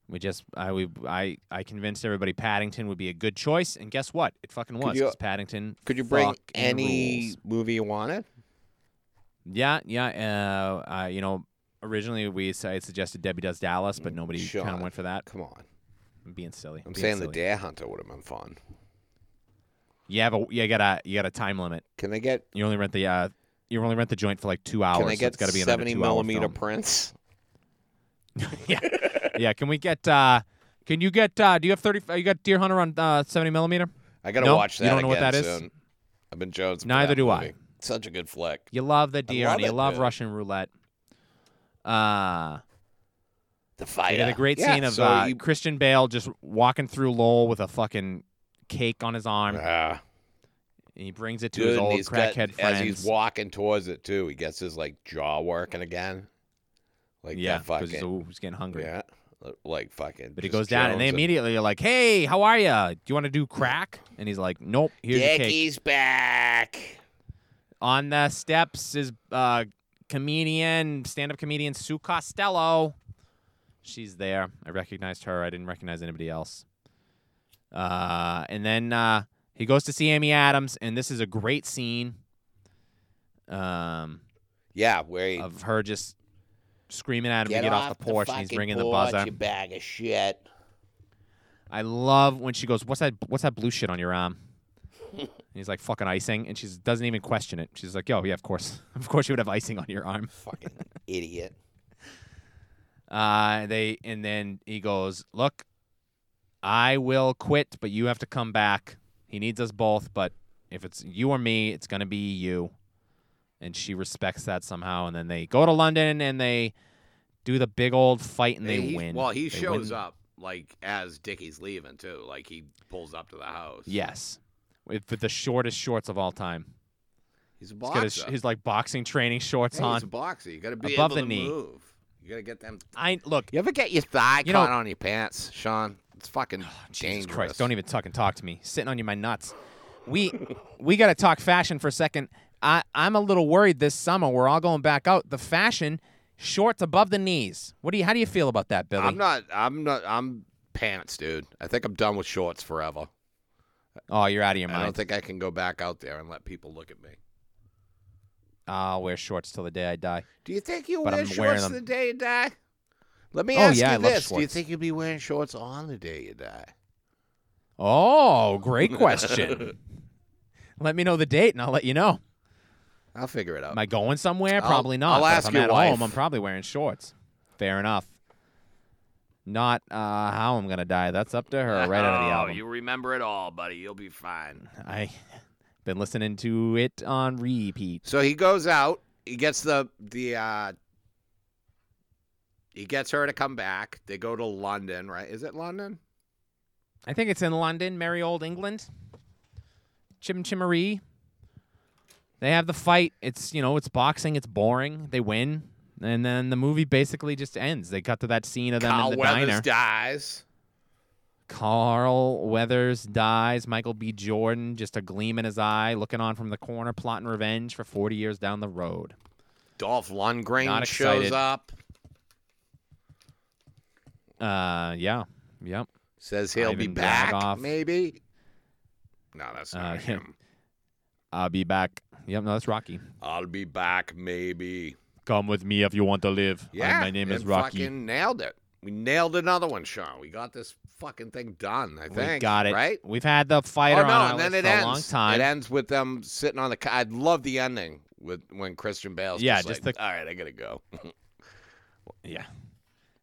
We just I we I I convinced everybody Paddington would be a good choice, and guess what? It fucking was.
you-
'cause Paddington.
Could you bring
fucking
any
rules.
movie you wanted?
Yeah, yeah. Uh, uh, you know, originally we s- I suggested Debbie Does Dallas, but nobody kind
Sean.
of went for that.
Come on.
I'm being silly.
Mm, I'm
being
saying
silly.
the Dare Hunter would have been fun.
You have a you got a you got a time limit.
Can they get
You only rent the uh you only rent the joint for like two hours.
can they
so it's
get
got to be an under
seventy
two-hour
millimeter
film.
prints?
yeah, yeah. Can we get? uh Can you get? uh Do you have thirty? You got Deer Hunter on uh seventy millimeter?
I gotta
No,
watch that.
you don't know what
again
that is?
soon. I've been Jones. for
Neither
that
do I.
movie. Such a good flick.
You love the deer,
love
and you
it,
love
dude.
Russian roulette. Uh
The fire.
they got a great
Yeah,
scene of
so
uh,
you-
Christian Bale just walking through Lowell with a fucking cake on his arm,
Ah,
and he brings it to
dude,
his
and
old
he's got-
crackhead
as
friends.
he's walking towards it too, he gets his like jaw working again. Like
yeah,
that
because he's,
fucking
ooh, he's getting hungry.
yeah, like fucking.
But he
just
goes down, and they
Jones
immediately are like, "Hey, how are you? Do you want to do crack?" And he's like, "Nope, here's your cake."
Dickie's back.
On the steps is uh, comedian, stand-up comedian Sue Costello. She's there. I recognized her. I didn't recognize anybody else. Uh, and then uh, he goes to see Amy Adams, and this is a great scene um,
Yeah, where he
of her just screaming at him to get off, the porch, and he's
fucking
ringing
porch,
the buzzer.
You bag of shit.
I love when she goes, "What's that? What's that blue shit on your arm?" and he's like, "Fucking icing," and she doesn't even question it. She's like, "Yo, yeah, of course, of course, you would have icing on your arm."
Fucking idiot.
Uh, they and then he goes, "Look, I will quit, but you have to come back. He needs us both, but if it's you or me, it's gonna be you." And she respects that somehow. And then they go to London and they do the big old fight and they
he,
win.
Well, he
They
shows
win.
up like as Dickie's leaving too. Like he pulls up to the house.
Yes, with, with the shortest shorts of all time.
he's a
He's
boxer.
got his, his like boxing training shorts
Hey, he's a
on.
boxer. You got to be
Above
able
the
to
knee.
move. You got to get them.
I look.
You ever get your thigh
You know- Oh,
caught on your pants, Sean? It's fucking
Jesus
dangerous.
Christ! Don't even talk and talk to me. Sitting on you, my nuts. We we got to talk fashion for a second. I I'm a little worried this summer. We're all going back out. The fashion shorts above the knees. What do you? How do you feel about that, Billy?
I'm not. I'm not. I'm pants, dude. I think I'm done with shorts forever.
Oh, you're out of your
I don't
mind.
think I can go back out there and let people look at me.
I'll wear shorts till the day I die.
Do you think you
But
wear
I'm wearing
shorts
them.
the day you die? Let me
Oh,
ask
yeah, I
you
love
this: Do you
shorts.
think you'd be wearing shorts on the day you die?
Oh, great question. let me know the date and I'll let you know.
I'll figure it out.
Am I going somewhere?
I'll-
probably not.
I'll
but
ask
if I'm
your
at
wife.
home, I'm probably wearing shorts. Fair enough. Not uh, how I'm gonna die. That's up to her. Right
Oh,
out of the album.
you remember it all, buddy. You'll be fine.
I been listening to it on repeat.
So he goes out. He gets the the. uh He gets her to come back. They go to London, right? Is it London?
I think it's in London, merry old England. Chim Chimmery. They have the fight. It's you know, it's boxing. It's boring. They win, and then the movie basically just ends. They cut to that scene of them in
Carl
the
Weathers
diner.
dies.
Carl Weathers dies. Michael B. Jordan, just a gleam in his eye, looking on from the corner, plotting revenge for 40 years down the road.
Dolph Lundgren
Not
shows
excited.
up.
Uh, yeah, yep.
Says he'll be
Ivan
back.
Dragoff.
Maybe. No, that's not
Uh,
him.
I'll be back. Yep, no, that's Rocky.
I'll be back. Maybe.
Come with me if you want to live. I-
Yeah.
my name is
and
Rocky.
Fucking nailed it. We nailed another one, Sean. We got this fucking thing done. I think.
we got it.
Right.
We've had the fighter
oh,
on our
no, and then
list
it
for
ends.
a long time.
It ends with them sitting on the. Co- I love the ending with when Christian Bale's
Yeah,
just,
just
like,
the-
all right, I gotta go.
Yeah.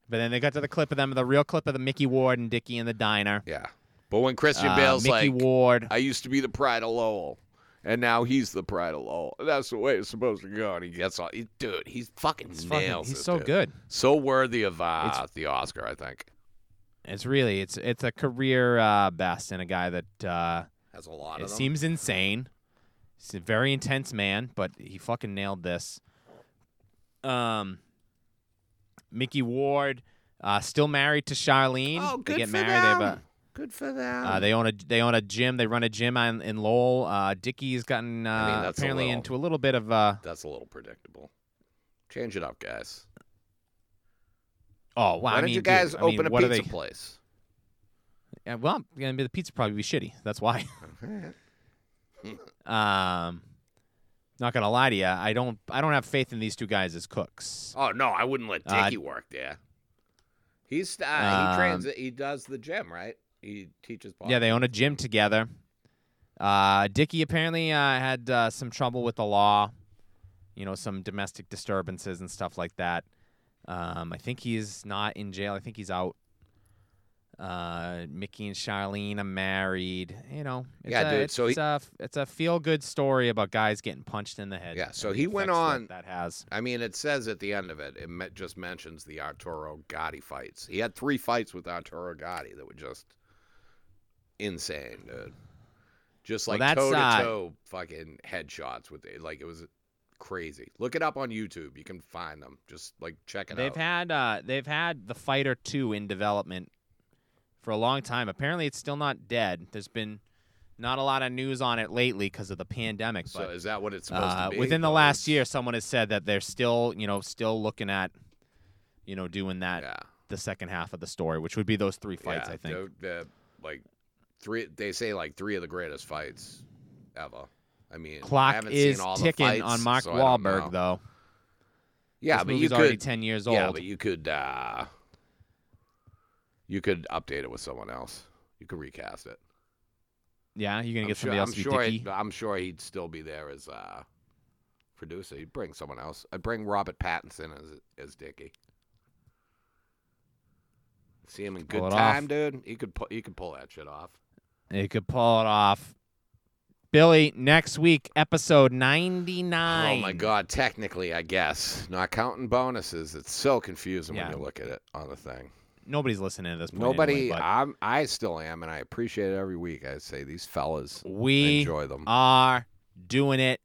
But then they got to the clip of them, the real clip of the Mickey Ward and Dickie in the diner.
yeah, but when Christian
Uh,
Bale's
Mickey
like,
Ward.
I used to be the pride of Lowell, and now he's the pride of Lowell. That's the way it's supposed to go. And he gets all, he- dude, he's fucking
He's, fucking-
nails.
he's
it,
so
dude.
good.
so worthy of uh, the Oscar, I think.
It's really it's it's a career uh, best and a guy that uh,
Has a lot
it
of them.
seems insane. He's a very intense man, but he fucking nailed this. Um, Mickey Ward uh, still married to Charlene.
oh,
they
good
get
for
married.
them.
They have a,
good for them.
uh, they own a they own a gym. They run a gym in, in Lowell. Uh, Dickie's gotten uh,
mean, that's a
apparently
little-
into a little bit of uh,
That's a little predictable. Change it up, guys.
oh well.
Why
I
don't
mean,
you guys
dude, I
open
mean,
a
what
pizza
are they-
place?
Yeah, well, gonna be the pizza probably be shitty. That's why. um, not gonna lie to you, I don't. I don't have faith in these two guys as cooks.
Oh no, I wouldn't let
Uh,
Dickie work there. He's uh, he trains.
um,
He does the gym, right? He teaches. Boxing.
Yeah, they own a gym together. Uh, Dickie apparently uh, had uh, some trouble with the law. You know, some domestic disturbances and stuff like that. Um, I think he's not in jail. I think he's out. Uh, Mickey and Charlene are married. You know, it's
Yeah,
a,
dude,
It's,
so he-
a it's a feel good story about guys getting punched in the head.
Yeah, so
and the
he went
effects that
on-
That has
I mean, it says at the end of it, it me- just mentions the Arturo Gotti fights. He had three fights with Arturo Gotti that were just insane, dude. Just
Well, that's,
like toe
uh,
to toe fucking headshots with it. Like it was crazy. Look it up on YouTube. You can find them. Just like check it
They've
out.
had uh, they've had the Fighter Two in development for a long time. Apparently, it's still not dead. There's been not a lot of news on it lately because of the pandemic.
so
but
is that what it's supposed
uh,
to be?
within the
though?
last
It's-
year, someone has said that they're still you know still looking at you know doing that
yeah,
the second half of the story, which would be those three fights.
yeah,
I think.
they're- they're, like three. They say like three of the greatest fights ever. I mean, I
Clock
haven't
is
seen all the
ticking
fights,
on Mark
so I don't know.
Wahlberg, though.
Yeah,
this
but
movie's
you
already
could
ten years
Yeah,
old.
but you could uh you could update it with someone else. You could recast it.
yeah, you're gonna
I'm
get
sure,
somebody else
I'm
to be
sure
Dickie.
he- I'm sure he'd still be there as uh producer. He'd bring someone else. I'd bring Robert Pattinson as as Dickie. See him in
Pull
good
it off.
time, dude. He could pu- he could pull that shit off.
They could pull it off. Billy, next week, episode 99.
Oh my god, technically, I guess. Not counting bonuses. It's so confusing
Yeah.
when you look at it on the thing.
Nobody's listening to this. Point
Nobody
anyway, but
I'm I still am and I appreciate it every week. I say these fellas
we
enjoy them.
are doing it,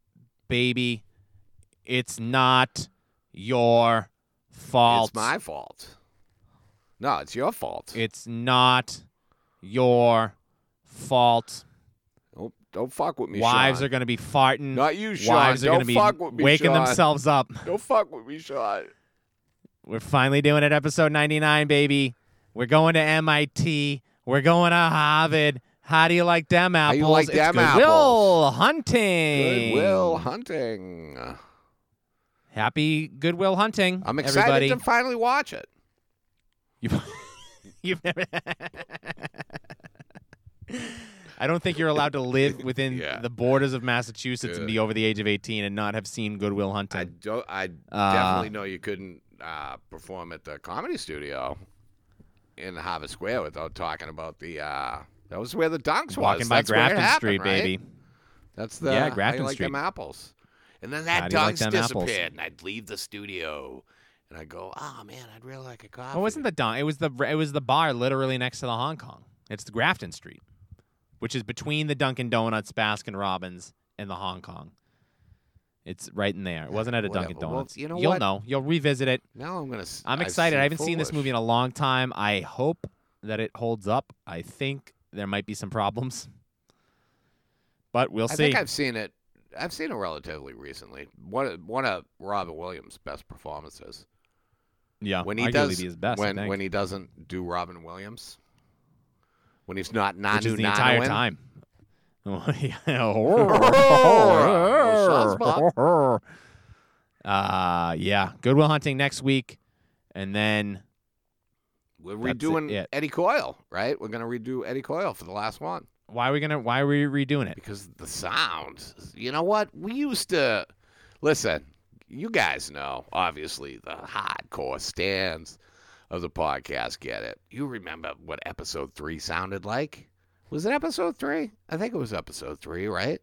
baby. It's not your fault.
It's my fault. No, it's your fault.
It's not your fault.
don't, don't fuck with me,
Wives
Sean.
are going to be farting.
Not you, Sean.
Wives are
don't
going to be
fuck with me,
waking
Sean.
themselves up.
Don't fuck with me, Sean.
We're finally doing it, episode 99, baby. We're going to MIT. We're going to Harvard. How do you like them apples?
you like
it's
them
Goodwill
apples?
hunting.
Goodwill Hunting.
Happy Goodwill hunting.
I'm excited
everybody.
to finally watch it.
You've, you've never. I don't think you're allowed to live within
Yeah.
the borders of Massachusetts and
Yeah.
be over the age of 18 and not have seen Goodwill
I
Hunting.
don't. I
Uh,
definitely know you couldn't uh, perform at the comedy studio in Harvard Square without talking about the. Uh, that was where the dunks
Walking
was.
by
That's where it
Grafton
happened,
Street,
right?
baby.
That's the
Yeah,
how you
Grafton
like them
Street.
apples. And then
How
that
do you like
dunks
them apples?
disappeared, and I'd leave the studio, and I'd go, "Oh man, I'd really like a coffee."
Oh, it wasn't the Don. It was the it was the bar literally next to the Hong Kong. It's the Grafton Street, which is between the Dunkin' Donuts, Baskin Robbins, and the Hong Kong. It's right in there. It wasn't at a Dunkin'
Whatever. Well,
Donuts.
you know
You'll
what?
know. You'll revisit it.
Now I'm gonna. s-
I'm
I've
excited. I haven't seen this
Foolish.
movie in a long time. I hope that it holds up. I think there might be some problems, but we'll see.
I think I've seen it. I've seen it relatively recently. One of, one of Robin Williams' best performances.
yeah,
when he
arguably
does
be his best. I
when
think,
when he doesn't do Robin Williams, when he's not Nanu
which is the entire
Nanuen.
time. uh, yeah, Goodwill Hunting next week, and then
We're
That's it,
redoing
yeah.
Eddie Coyle, right? We're gonna redo Eddie Coyle for the last one
why are we gonna? Why are we redoing it?
because the sound. You know what? We used to listen. You guys know, obviously, the hardcore stands of the podcast get it. You remember what episode three sounded like? Was it episode three? I think it was episode three, right?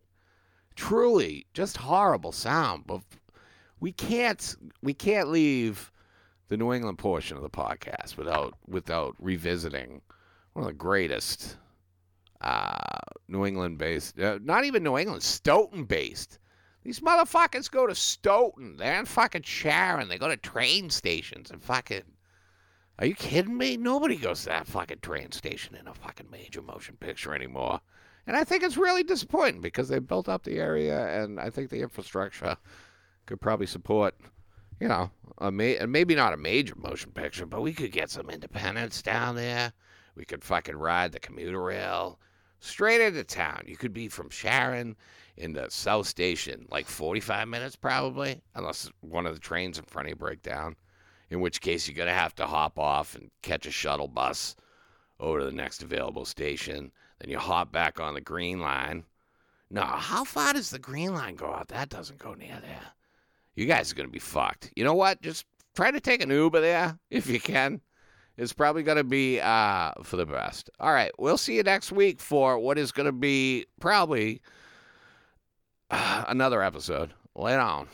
Truly, just horrible sound. But we can't we can't leave the New England portion of the podcast without without revisiting one of the greatest uh, New England based, uh, not even New England, Stoughton based. These motherfuckers go to Stoughton. They're in fucking Sharon. They go to train stations and fucking. Are you kidding me? Nobody goes to that fucking train station in a fucking major motion picture anymore. And I think it's really disappointing because they built up the area and I think the infrastructure could probably support, you know, a ma- and maybe not a major motion picture, but we could get some independence down there. We could fucking ride the commuter rail straight into town. You could be from Sharon into South Station, like 45 minutes probably, unless one of the trains in front of you break down, in which case you're going to have to hop off and catch a shuttle bus over to the next available station. Then you hop back on the Green Line. No, how far does the Green Line go out? That doesn't go near there. You guys are going to be fucked. You know what? Just try to take an Uber there if you can. It's probably going to be uh, for the best. All right. We'll see you next week for what is going to be probably another episode. Lay it on.